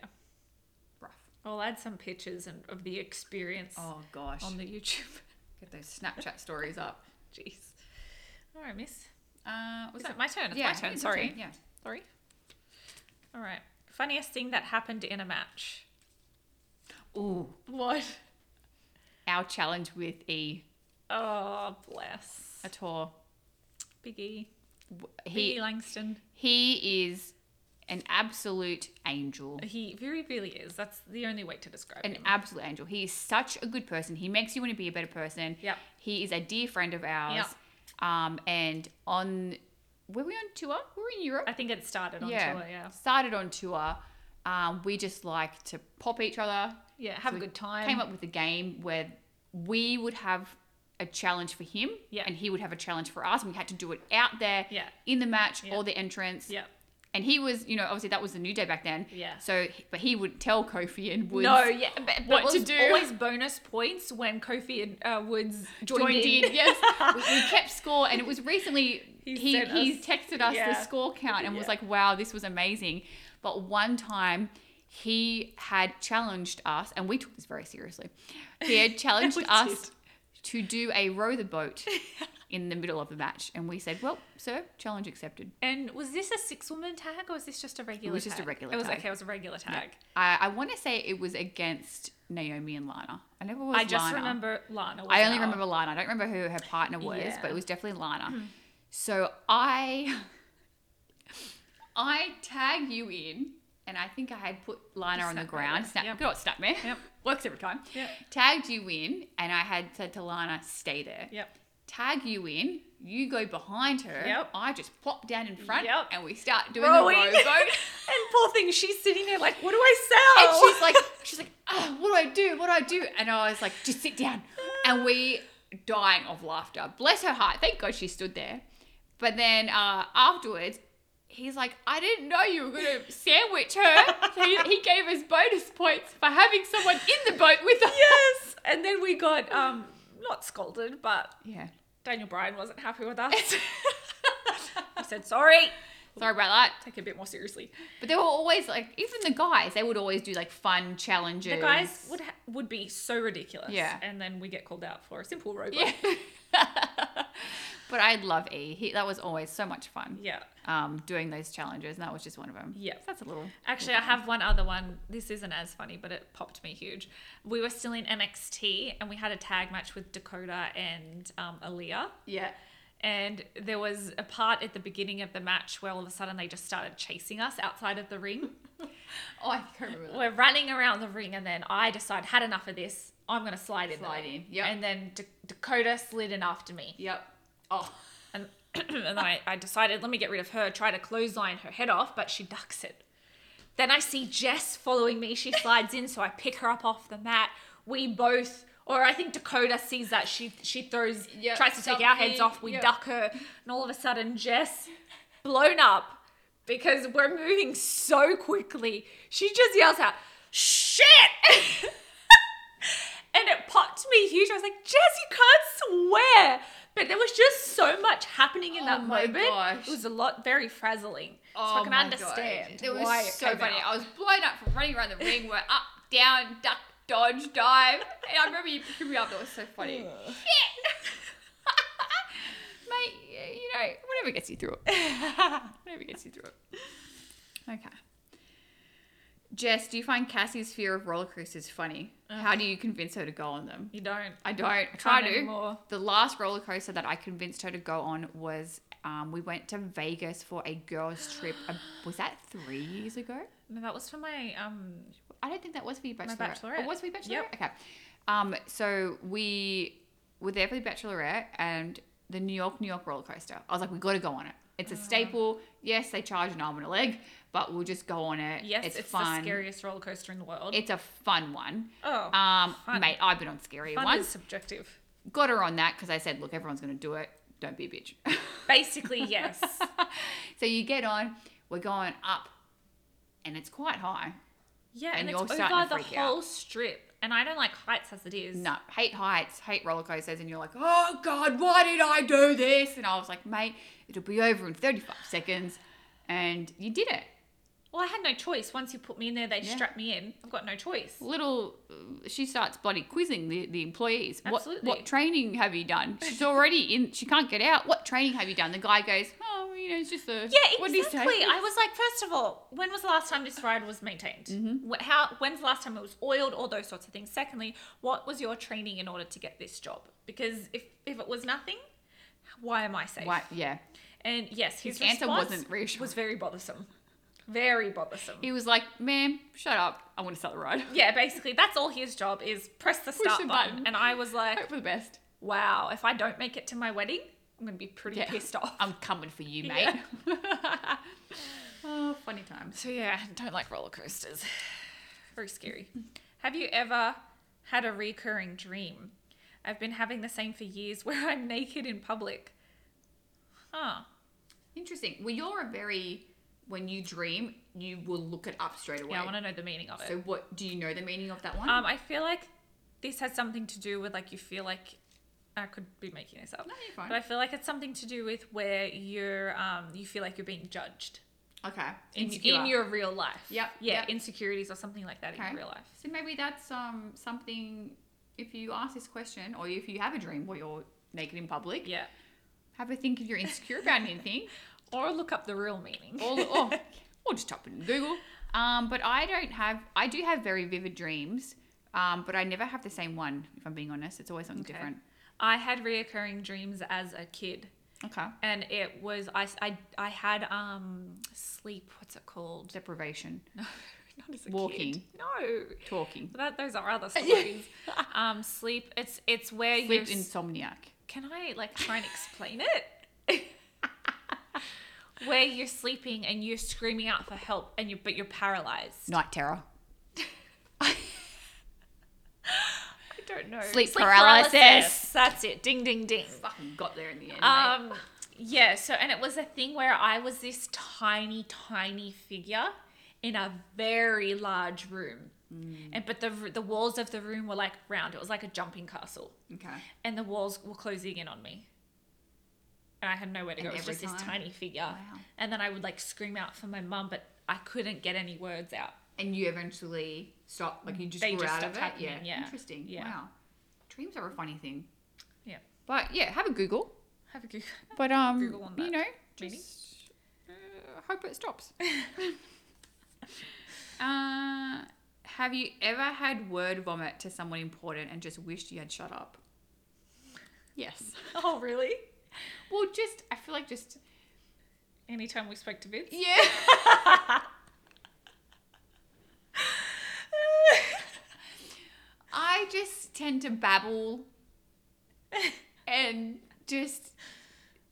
A: rough.
B: I'll add some pictures and of the experience
A: Oh gosh.
B: on the YouTube.
A: get those Snapchat stories up.
B: Jeez. All right, miss.
A: Uh, was
B: Is it my turn? It's
A: yeah,
B: my
A: I think
B: turn.
A: it's your
B: Sorry.
A: turn, Yeah.
B: Sorry. All right. Funniest thing that happened in a match.
A: Ooh,
B: What?
A: our challenge with E,
B: Oh, bless.
A: a tour.
B: Biggie.
A: He
B: Biggie Langston.
A: he is an absolute angel.
B: He very really is. That's the only way to describe
A: an
B: him.
A: absolute angel. He is such a good person. He makes you want to be a better person.
B: Yep.
A: He is a dear friend of ours.
B: Yep.
A: Um, and on were we on tour? We were in Europe.
B: I think it started on tour, yeah.
A: Started on tour. Um, we just like to pop each other.
B: Yeah, have
A: So
B: a
A: we
B: good time.
A: Came up with a game where we would have a challenge for him,
B: Yeah.
A: and he would have a challenge for us, and we had to do it out there,
B: Yeah.
A: in the match
B: Yeah.
A: or the entrance,
B: yeah.
A: And he was, you know, obviously that was the new day back then,
B: Yeah.
A: So, but he would tell Kofi and Woods,
B: No, yeah, but, but
A: what
B: it
A: to
B: was
A: do.
B: Always bonus points when Kofi and uh, Woods joined,
A: joined
B: in.
A: in. Yes, we, we kept score, and it was recently
B: He
A: he he,
B: sent us-
A: texted us
B: yeah.
A: the score count and was like, "Wow, this was amazing." But one time, he had challenged us, and we took this very seriously. He had challenged
B: We
A: us to do a row the boat in the middle of the match, and we said, "Well, sir, challenge accepted."
B: And was this a six-woman tag or was this just a regular?
A: was just a
B: tag?
A: regular
B: It was
A: tag.
B: okay. It was a regular tag.
A: I, I want to say it was against Naomi and Lana. I never was.
B: I just
A: Lana.
B: remember Lana. Was
A: I only
B: out.
A: remember Lana. I don't remember who her partner was,
B: Yeah. Hmm.
A: but it was definitely Lana. So I I tag you in and I think I had put Lana on the
B: Snap
A: ground.
B: me.
A: Snap
B: Yep.
A: good old snap me.
B: Yep.
A: Works every time.
B: Yep.
A: Tagged you in and I had said to Lana, stay there.
B: Yep.
A: Tag you in, you go behind her.
B: Yep.
A: I just plop down in front
B: Yep.
A: and we start doing
B: Rowing.
A: the
B: and
A: rowboat.
B: poor thing, she's sitting there like, what do I
A: And
B: sell?
A: she's like, she's like, oh, what do I do? What do I do? And I was like, just sit down. And we dying of laughter. Bless her heart. Thank God she stood there. But then uh, afterwards, he's like, I didn't know you were going to sandwich her. So he, he gave us bonus points for having someone in the boat with us.
B: yes. And then we got um not scolded, but
A: Yeah.
B: Daniel Bryan wasn't happy with us. I said
C: Sorry.
A: Sorry about that.
B: take it a bit more seriously.
A: But they were always like, even the guys, they would always do like fun challenges.
B: The guys would ha- would be so ridiculous.
A: Yeah.
B: And then we get called out for a simple robot.
A: Yeah. but I love E. He, that was always so much fun.
B: Yeah.
A: um, doing those challenges, and that was just one of them.
B: Yeah.
A: So that's a little.
B: Actually, I have one other one. This isn't as funny, but it popped me huge. We were still in NXT and we had a tag match with Dakota and um, Aaliyah.
A: Yeah.
B: And there was a part at the beginning of the match where all of a sudden they just started chasing us outside of the ring.
A: Oh, I think I remember that.
B: We're running around the ring, and then I decide, had enough of this. I'm going to slide in.
A: Slide
B: there.
A: in, yep.
B: And then D- Dakota slid in after me.
A: Yep. Oh.
B: And, and then I, I decided, let me get rid of her, try to clothesline her head off, but she ducks it. Then I see Jess following me. She slides in, so I pick her up off the mat. We both, or I think Dakota sees that she she throws,
A: Yep,
B: tries to take our
A: something,
B: heads off. We
A: yep.
B: duck her, and all of a sudden, Jess blown up because we're moving so quickly. She just yells out, "Shit!" and it popped me huge. I was like, "Jess, you can't swear!" But there was just so much happening in that
A: Oh my
B: moment.
A: gosh.
B: It
A: Oh
B: was a lot, very frazzling. so I can understand
A: It was
B: why
A: so
B: it came
A: funny.
B: out.
A: I was blown up from running around the ring. We're up, down, duck, dodge, dive, and I remember you picking me up. That was so funny. Shit. Mate, y- you know, whatever gets you through it. whatever gets you through it. Okay. Jess, do you find Cassie's fear of roller coasters funny? How do you convince her to go on them?
B: You don't.
A: I don't. I try to.
B: anymore.
A: The last roller coaster that I convinced her to go on was um, we went to Vegas for a girls' trip. uh, was that three years ago?
B: No, that was for my um.
A: I don't think that was for your bachelorette. Oh,
B: bachelorette.
A: It was for your bachelorette.
B: Yep.
A: Okay. Um, so we were there for the bachelorette and the New York, New York roller coaster. I was like, we got to go on it.
B: Oh.
A: It's a staple. Yes, they charge an arm and a leg, but we'll just go on it.
B: Yes, it's,
A: it's,
B: the
A: fun.
B: scariest roller coaster in the world.
A: It's a fun one.
B: Oh,
A: um,
B: fun.
A: mate, I've been on scarier
B: Fun
A: ones
B: is subjective.
A: got her on that because I said, look, everyone's going to do it. Don't be a bitch.
B: Basically, yes.
A: so you get on, we're going up, and it's quite high.
B: Yeah,
A: And
B: and,
A: you're
B: it's
A: starting to
B: over the
A: freak out.
B: whole strip, and I don't like heights as it is.
A: No, hate heights, hate roller coasters, and you're like, oh God, why did I do this? And I was like, mate, it'll be over in 35 seconds. And you did it.
B: Well, I had no choice. Once you put me in there, they
A: Yeah.
B: strapped me in. I've got no choice.
A: Little, uh, she starts bloody quizzing the, the employees. What,
B: Absolutely.
A: what training have you done? She's already in, she can't get out. What training have you done? The guy goes, oh, you know, it's just a.
B: Yeah,
A: what did he say?"
B: exactly. I was like, first of all, when was the last time this ride was maintained?
A: Mm-hmm.
B: Wh- How? When's the last time it was oiled? All those sorts of things. Secondly, what was your training in order to get this job? Because if if it was nothing, why am I safe?
A: Why, yeah.
B: And yes, his,
A: His answer
B: response
A: wasn't reassuring.
B: Was very bothersome. Very bothersome.
A: He was like, ma'am, shut up. I want to start the ride.
B: yeah, basically, that's all his job is press the start
A: the
B: button.
A: button.
B: And I was
A: Hope
B: like,
A: for the best.
B: wow, if I don't make it to my wedding, I'm gonna be pretty pissed off.
A: I'm coming for you, mate. oh, funny times.
B: So yeah, I don't like roller coasters. Very scary. Have you ever had a recurring dream? I've been having the same for years where I'm naked in public. Huh.
A: Interesting. Well, you're a very when you dream, you will look it up straight away.
B: Yeah, I want to know the meaning of it.
A: So, what do you know the meaning of that one?
B: Um, I feel like this has something to do with like you feel like I could be making this up.
A: No, you're fine.
B: But I feel like it's something to do with where you're um you feel like you're being judged
A: okay.
B: in,
A: Insecure.
B: in your real life.
A: Yep,
B: Yeah,
A: yep.
B: insecurities or something like that
A: Okay.
B: in real life.
A: So maybe that's um something. If you ask this question, or if you have a dream where you're naked in public,
B: Yeah.
A: have a think if you're insecure about anything,
B: Or look up the real meaning.
A: or or, or oh, just type it in Google. Um, but I don't have. I do have very vivid dreams, um, but I never have the same one. If I'm being honest, it's always something
B: Okay.
A: different.
B: I had reoccurring dreams as a kid.
A: Okay.
B: And it was I, I, I had um sleep. What's it called?
A: Deprivation,
B: No, not as a kid.
A: Walking.
B: No,
A: talking,
B: That those are other stories. um, sleep. It's it's where
A: sleep
B: you.
A: insomniac.
B: Can I like try and explain it? where you're sleeping and you're screaming out for help and you but you're paralyzed.
A: Night terror.
B: I don't know.
A: Sleep paralysis.
B: That's it. Ding ding ding.
A: Fucking got there in the end. mate.
B: Um, yeah. So, and it was a thing where I was this tiny, tiny figure in a very large room,
A: Mm.
B: and but the the walls of the room were like round. It was like a jumping castle,
A: Okay.
B: and the walls were closing in on me. And I had nowhere to go.
A: And
B: It was
A: every
B: just this
A: time?
B: tiny figure.
A: Wow.
B: And then I would like scream out for my mum, but I couldn't get any words out.
A: And you eventually stop, like you just
B: They
A: grew
B: just
A: out of it.
B: stopped
A: Yeah.
B: happening, yeah.
A: Interesting.
B: Yeah.
A: Wow. Dreams are a funny thing.
B: Yeah.
A: But yeah, have a Google.
B: Have a good.
A: But um,
B: Google on
A: you
B: that
A: know,
B: meaning.
A: just uh, hope it stops. uh, have you ever had word vomit to someone important and just wished you had shut up? Yes.
B: Oh really?
A: Well, just I feel like just
B: Anytime we spoke to Vince.
A: yeah. I just tend to babble and just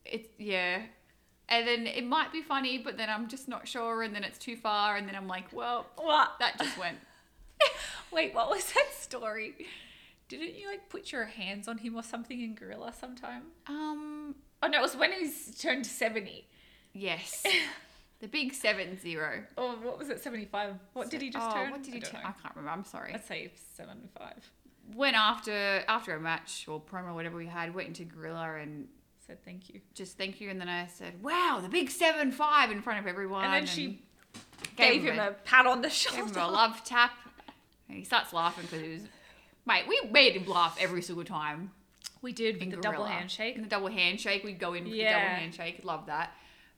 A: it yeah. And then it might be funny, but then I'm just not sure and then it's too far and then I'm like, well,
B: What?
A: that just went.
B: Wait, what was that story? Didn't you like put your hands on him or something in Gorilla sometime?
A: Um
B: Oh no, it was when he's turned 70.
A: yes. The big seven zero.
B: Or what was it, 75? What did he just
A: oh,
B: turn?
A: What did
B: I
A: he
B: don't
A: turn?
B: know.
A: I can't remember. I'm sorry.
B: I'd say 75.
A: Went after after a match or promo, whatever we had, went into Gorilla and
B: Said thank you.
A: just thank you. And then I said, wow, the big seven five in front of everyone.
B: And then she gave him a pat on the shoulder.
A: gave him a love tap. And he starts laughing because it was, mate, we made him laugh every single time.
B: We did with
A: in
B: the double
A: Gorilla.
B: handshake.
A: In the double handshake, we'd go in with the
B: Yeah.
A: double handshake. Love that.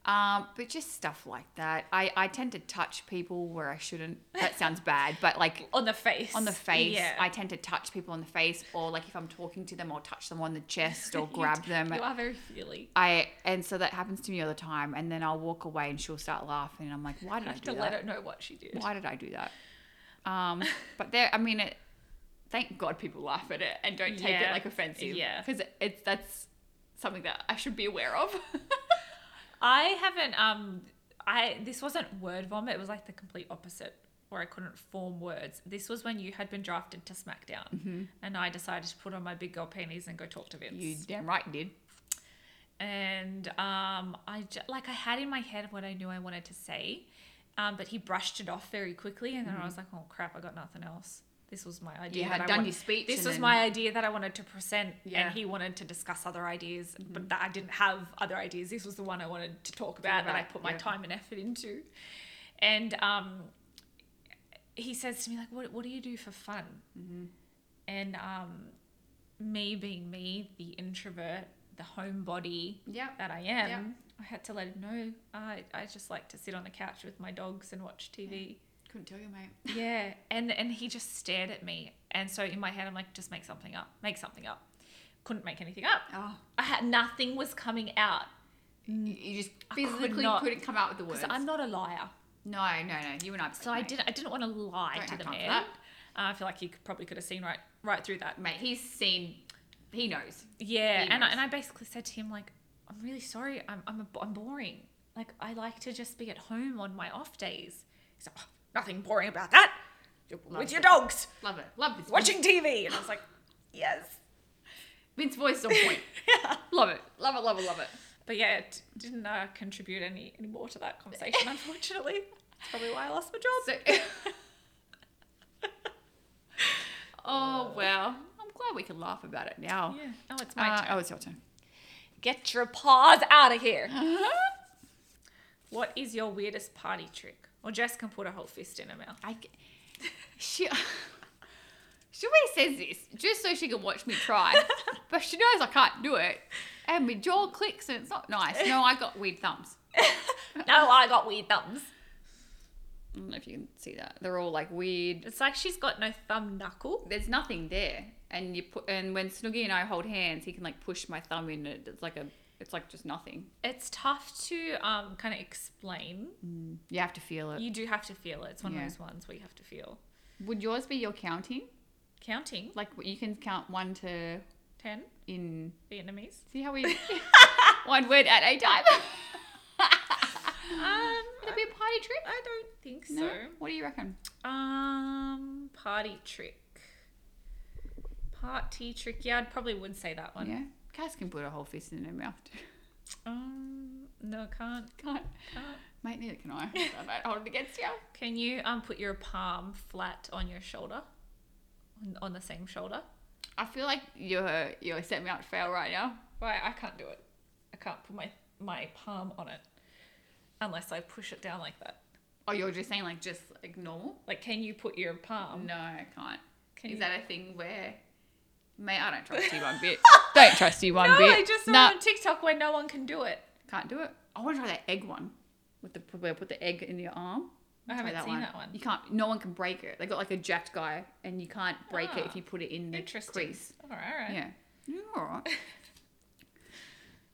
A: Um, but just stuff like that. I, I tend to touch people where I shouldn't. That sounds bad, but like
B: on the face.
A: on the face,
B: Yeah.
A: I tend to touch people on the face, or like if I'm talking to them, I'll touch them on the chest or
B: You-
A: grab them.
B: You are very feely.
A: I and so that happens to me all the time, and then I'll walk away and she'll start laughing, and I'm like, why did
B: I
A: I,
B: have
A: do
B: to
A: that?
B: let her know what she did.
A: Why did I do that? Um, but there, I mean, it, thank God people laugh at it and don't take
B: Yeah.
A: it like offensive.
B: Yeah.
A: because it's that's something that I should be aware of.
B: I haven't um I this wasn't word vomit, it was like the complete opposite where I couldn't form words. This was when you had been drafted to SmackDown and I decided to put on my big girl panties and go talk to Vince.
A: you damn right you did.
B: And um I j- like I had in my head what I knew I wanted to say. Um, but he brushed it off very quickly and then I was like, "Oh crap, I got nothing else." This was my idea.
A: Mm-hmm. You
B: that
A: had
B: I
A: done
B: want-
A: your speech
B: This
A: and
B: was
A: then-
B: my idea that I wanted to present,
A: Yeah. Mm-hmm.
B: and he wanted to discuss other ideas, but that I didn't have other ideas. This was the one I wanted to talk about that I
A: about,
B: put my
A: yeah.
B: time and effort into. And um, he says to me, like, what, what do you do for fun?
A: Mm-hmm.
B: And um, me being me, the introvert, the homebody
A: Yep.
B: that I am,
A: Yep.
B: I had to let him know I, I just like to sit on the couch with my dogs and watch TV.
A: Couldn't tell you, mate.
B: Yeah, and and he just stared at me, and so in my head I'm like, just make something up, make something up. Couldn't make anything up.
A: Oh.
B: I had nothing was coming out
A: You, you just physically
B: could
A: Mm. could
B: not-
A: not come out with the words.
B: because I'm not a liar.
A: no, no, no. You and I.
B: So I didn't I didn't want to lie
A: Don't
B: to
A: have
B: the
A: time for
B: man.
A: that.
B: Uh, I feel like he could, probably could have seen right right through that.
A: Mate, he's seen. He knows.
B: Yeah,
A: He
B: and I,
A: knows.
B: and I basically said to him like, I'm really sorry, I'm I'm, a, I'm boring. Like I like to just be at home on my off days. He's like, "Oh, nothing boring about that.
A: Love
B: with your
A: it.
B: dogs,
A: Love it. Love this.
B: watching TV. And I was like, yes.
A: Vince voice on point. Love it. Love it. Love it. Love it.
B: But yeah, it didn't uh, contribute any, any more to that conversation, unfortunately. That's probably why I lost my job.
A: So, oh well, I'm glad we can laugh about it now.
B: Uh, yeah. Oh, it's my
A: Uh,
B: turn.
A: oh, it's your turn.
B: Get your paws out of here. What is your weirdest party trick? Or Jess can put a whole fist in her mouth.
A: I, g- she, she always says this just so she can watch me try, but she knows I can't do it, and my jaw clicks and it's not nice. No, I got weird thumbs.
B: No, I got weird thumbs.
A: I don't know if you can see that. They're all like weird.
B: It's like she's got no thumb knuckle.
A: There's nothing there, and you put and when Snoogie and I hold hands, he can like push my thumb in. It. It's like a, it's like just nothing.
B: It's tough to um, kind of explain.
A: You have to feel it.
B: You do have to feel it. It's one
A: Yeah.
B: of those ones where you have to feel.
A: Would yours be your counting?
B: Counting,
A: Like you can count one to
B: 10
A: in.
B: Vietnamese.
A: See how we one word at a time.
B: Um,
A: It'd be a party trick.
B: I don't think
A: No.
B: so.
A: What do you reckon?
B: Um, party trick. Party trick. Yeah, I probably would say that one.
A: Yeah. Cass can put a whole fist in her mouth. too.
B: Um, no, I can't.
A: Can't. Mate, neither can I. I might hold it against you.
B: Can you um put your palm flat on your shoulder, on, on the same shoulder?
A: I feel like you're you're setting me up to fail right now.
B: Why I can't do it. I can't put my my palm on it unless I push it down like that.
A: Oh, you're just saying like just like normal?
B: Like, can you put your palm?
A: No, I can't.
B: Can
A: Is
B: you-
A: that a thing where? Mate, I don't trust you one bit. don't trust you one
B: No,
A: bit.
B: Oh, I just saw
A: Nah,
B: it on TikTok where no one can do it.
A: can't do it. I want to try that egg one with the where I put the egg in your arm.
B: I haven't
A: Try
B: seen that one.
A: You can't. No one can break it. They got like a jacked guy, and you can't break it if
B: Ah,
A: you put it in the
B: Interesting.
A: crease.
B: All right, all right.
A: Yeah. You're all right.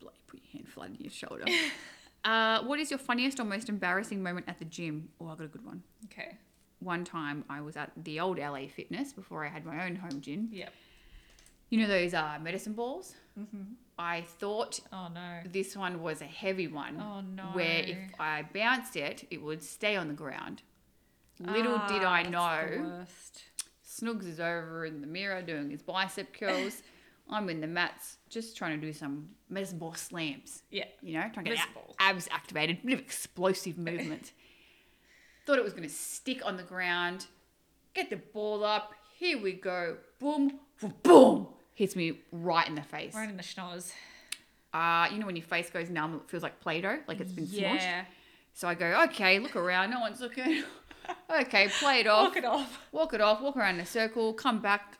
A: Bloody put your hand flat on your shoulder. uh, what is your funniest or most embarrassing moment at the gym? Oh, I got a good one.
B: Okay.
A: One time I was at the old LA Fitness before I had my own home gym.
B: Yep.
A: You know those uh, medicine balls? Mm-hmm. I thought
B: Oh no.
A: this one was a heavy one.
B: Oh, no.
A: Where if I bounced it, it would stay on the ground. Little did
B: Ah,
A: I
B: that's the
A: know,
B: worst.
A: Snoogs is over in the mirror doing his bicep curls. I'm in the mats, just trying to do some medicine ball slams.
B: Yeah.
A: You know, trying to get
B: Medicine
A: ab-
B: balls.
A: abs activated, bit of explosive movement. Thought it was going to stick on the ground. Get the ball up. Here we go. Boom, boom. Hits me right in the face.
B: Right in the schnoz.
A: Uh, you know when your face goes numb, it feels like Play-Doh, like it's been smushed.
B: Yeah.
A: So I go, okay, look around, no one's looking. okay, play it off,
B: Knock it off.
A: walk it off, walk around in a circle, come back.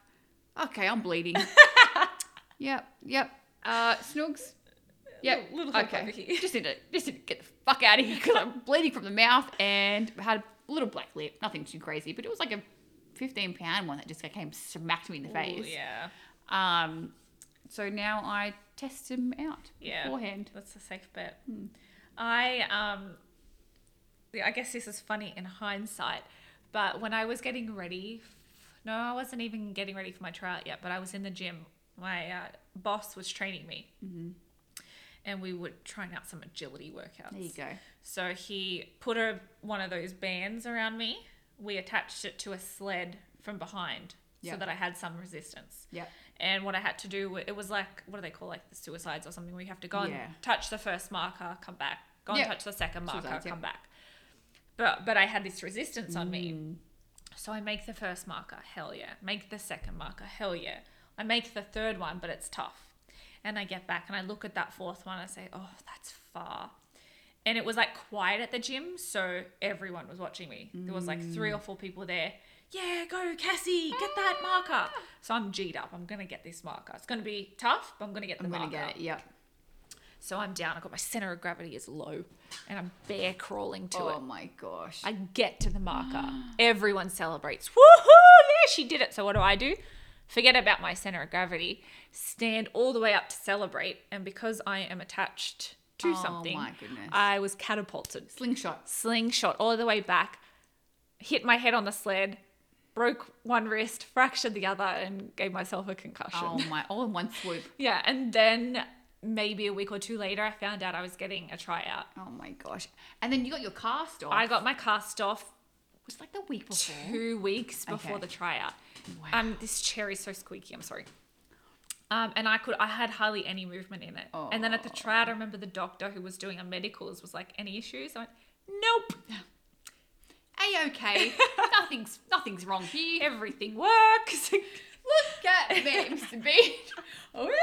A: Okay, I'm bleeding. yep, yep. Uh, Snoogs. Yep.
B: Little- little hop
A: okay.
B: over here.
A: Just need to just need to get the fuck out of here because I'm bleeding from the mouth and I had a little black lip. Nothing too crazy, but it was like a 15 pound one that just came smacked me in the face.
B: Ooh, yeah.
A: Um, so now I test him out
B: Yeah.
A: beforehand. Hmm.
B: That's a safe bet. I um yeah, I guess this is funny in hindsight, but when I was getting ready, f- no, I wasn't even getting ready for my tryout yet, but I was in the gym. My uh, boss was training me.
A: Mm-hmm.
B: And we were trying out some agility workouts.
A: There you go.
B: So he put a, one of those bands around me. We attached it to a sled from behind
A: Yeah.
B: so that I had some resistance.
A: Yeah.
B: And what I had to do, wa- it was like, what do they call like the suicides or something where you have to go and
A: Yeah.
B: touch the first marker, come back, go and
A: Yeah.
B: touch the second marker,
A: Suicides, yeah. Mm.
B: come back. But, but I had this resistance on me. So I make the first marker, hell yeah. Make the second marker, hell yeah. I make the third one, but it's tough. And I get back and I look at that fourth one. I say, oh, that's far. And it was like quiet at the gym, so everyone was watching me. There was like three
A: Mm.
B: or four people there. Yeah, go Cassie, get that marker.
A: Ah.
B: So I'm G'd up. I'm gonna get this marker. It's gonna be tough, but I'm gonna get the
A: I'm gonna
B: marker.
A: get it. Yep.
B: So I'm down. I got my center of gravity is low, and I'm bear crawling to it.
A: Oh my gosh.
B: I get to the marker. Everyone celebrates. Woohoo! Yeah, she did it. So what do I do? Forget about my center of gravity. Stand all the way up to celebrate. And because I am attached to
A: Oh
B: something,
A: my goodness.
B: I was catapulted.
A: Slingshots.
B: Slingshot all the way back, hit my head on the sled, broke one wrist, fractured the other, and gave myself a concussion.
A: Oh my! All in one swoop.
B: Yeah. And then maybe a week or two later, I found out I was getting a tryout.
A: Oh my gosh! And then you got your cast off.
B: I got my cast off.
A: Was it like the week before?
B: two weeks before
A: Okay.
B: the tryout. Um, this chair is so squeaky. I'm sorry. Um, and I could, I had hardly any movement in it. And then at the tryout, I remember the doctor who was doing our medicals was like, "Any issues?" I went, "Nope,
A: A okay. nothing's nothing's wrong here.
B: everything works."
A: Look at me, Mr. Bean.
B: oh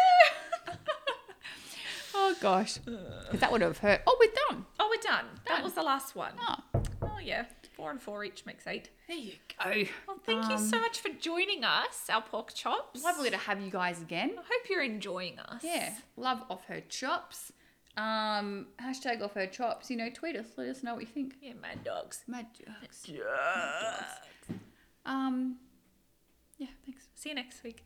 A: Oh gosh, because that would have hurt. Oh, we're done.
B: we're done. That
A: Done.
B: was the last one.
A: Oh,
B: Oh yeah, four and four each makes eight.
A: there you go.
B: Well, thank you so much for joining us, our pork chops.
A: Um, Lovely to have you guys again.
B: I hope you're enjoying us.
A: Yeah, love off her chops. Um, hashtag off her chops. You know, tweet us. Let us know what you think.
B: Yeah, mad dogs.
A: Mad jokes. Um, yeah. Thanks.
B: See you next week.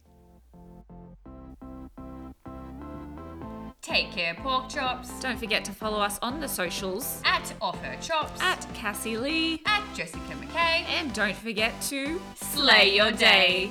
A: Take care, pork chops.
B: Don't forget to follow us on the socials
A: At off her chops.
B: at Cassie Lee.
A: at Jessica McKay.
B: And don't forget to
A: Slay your day.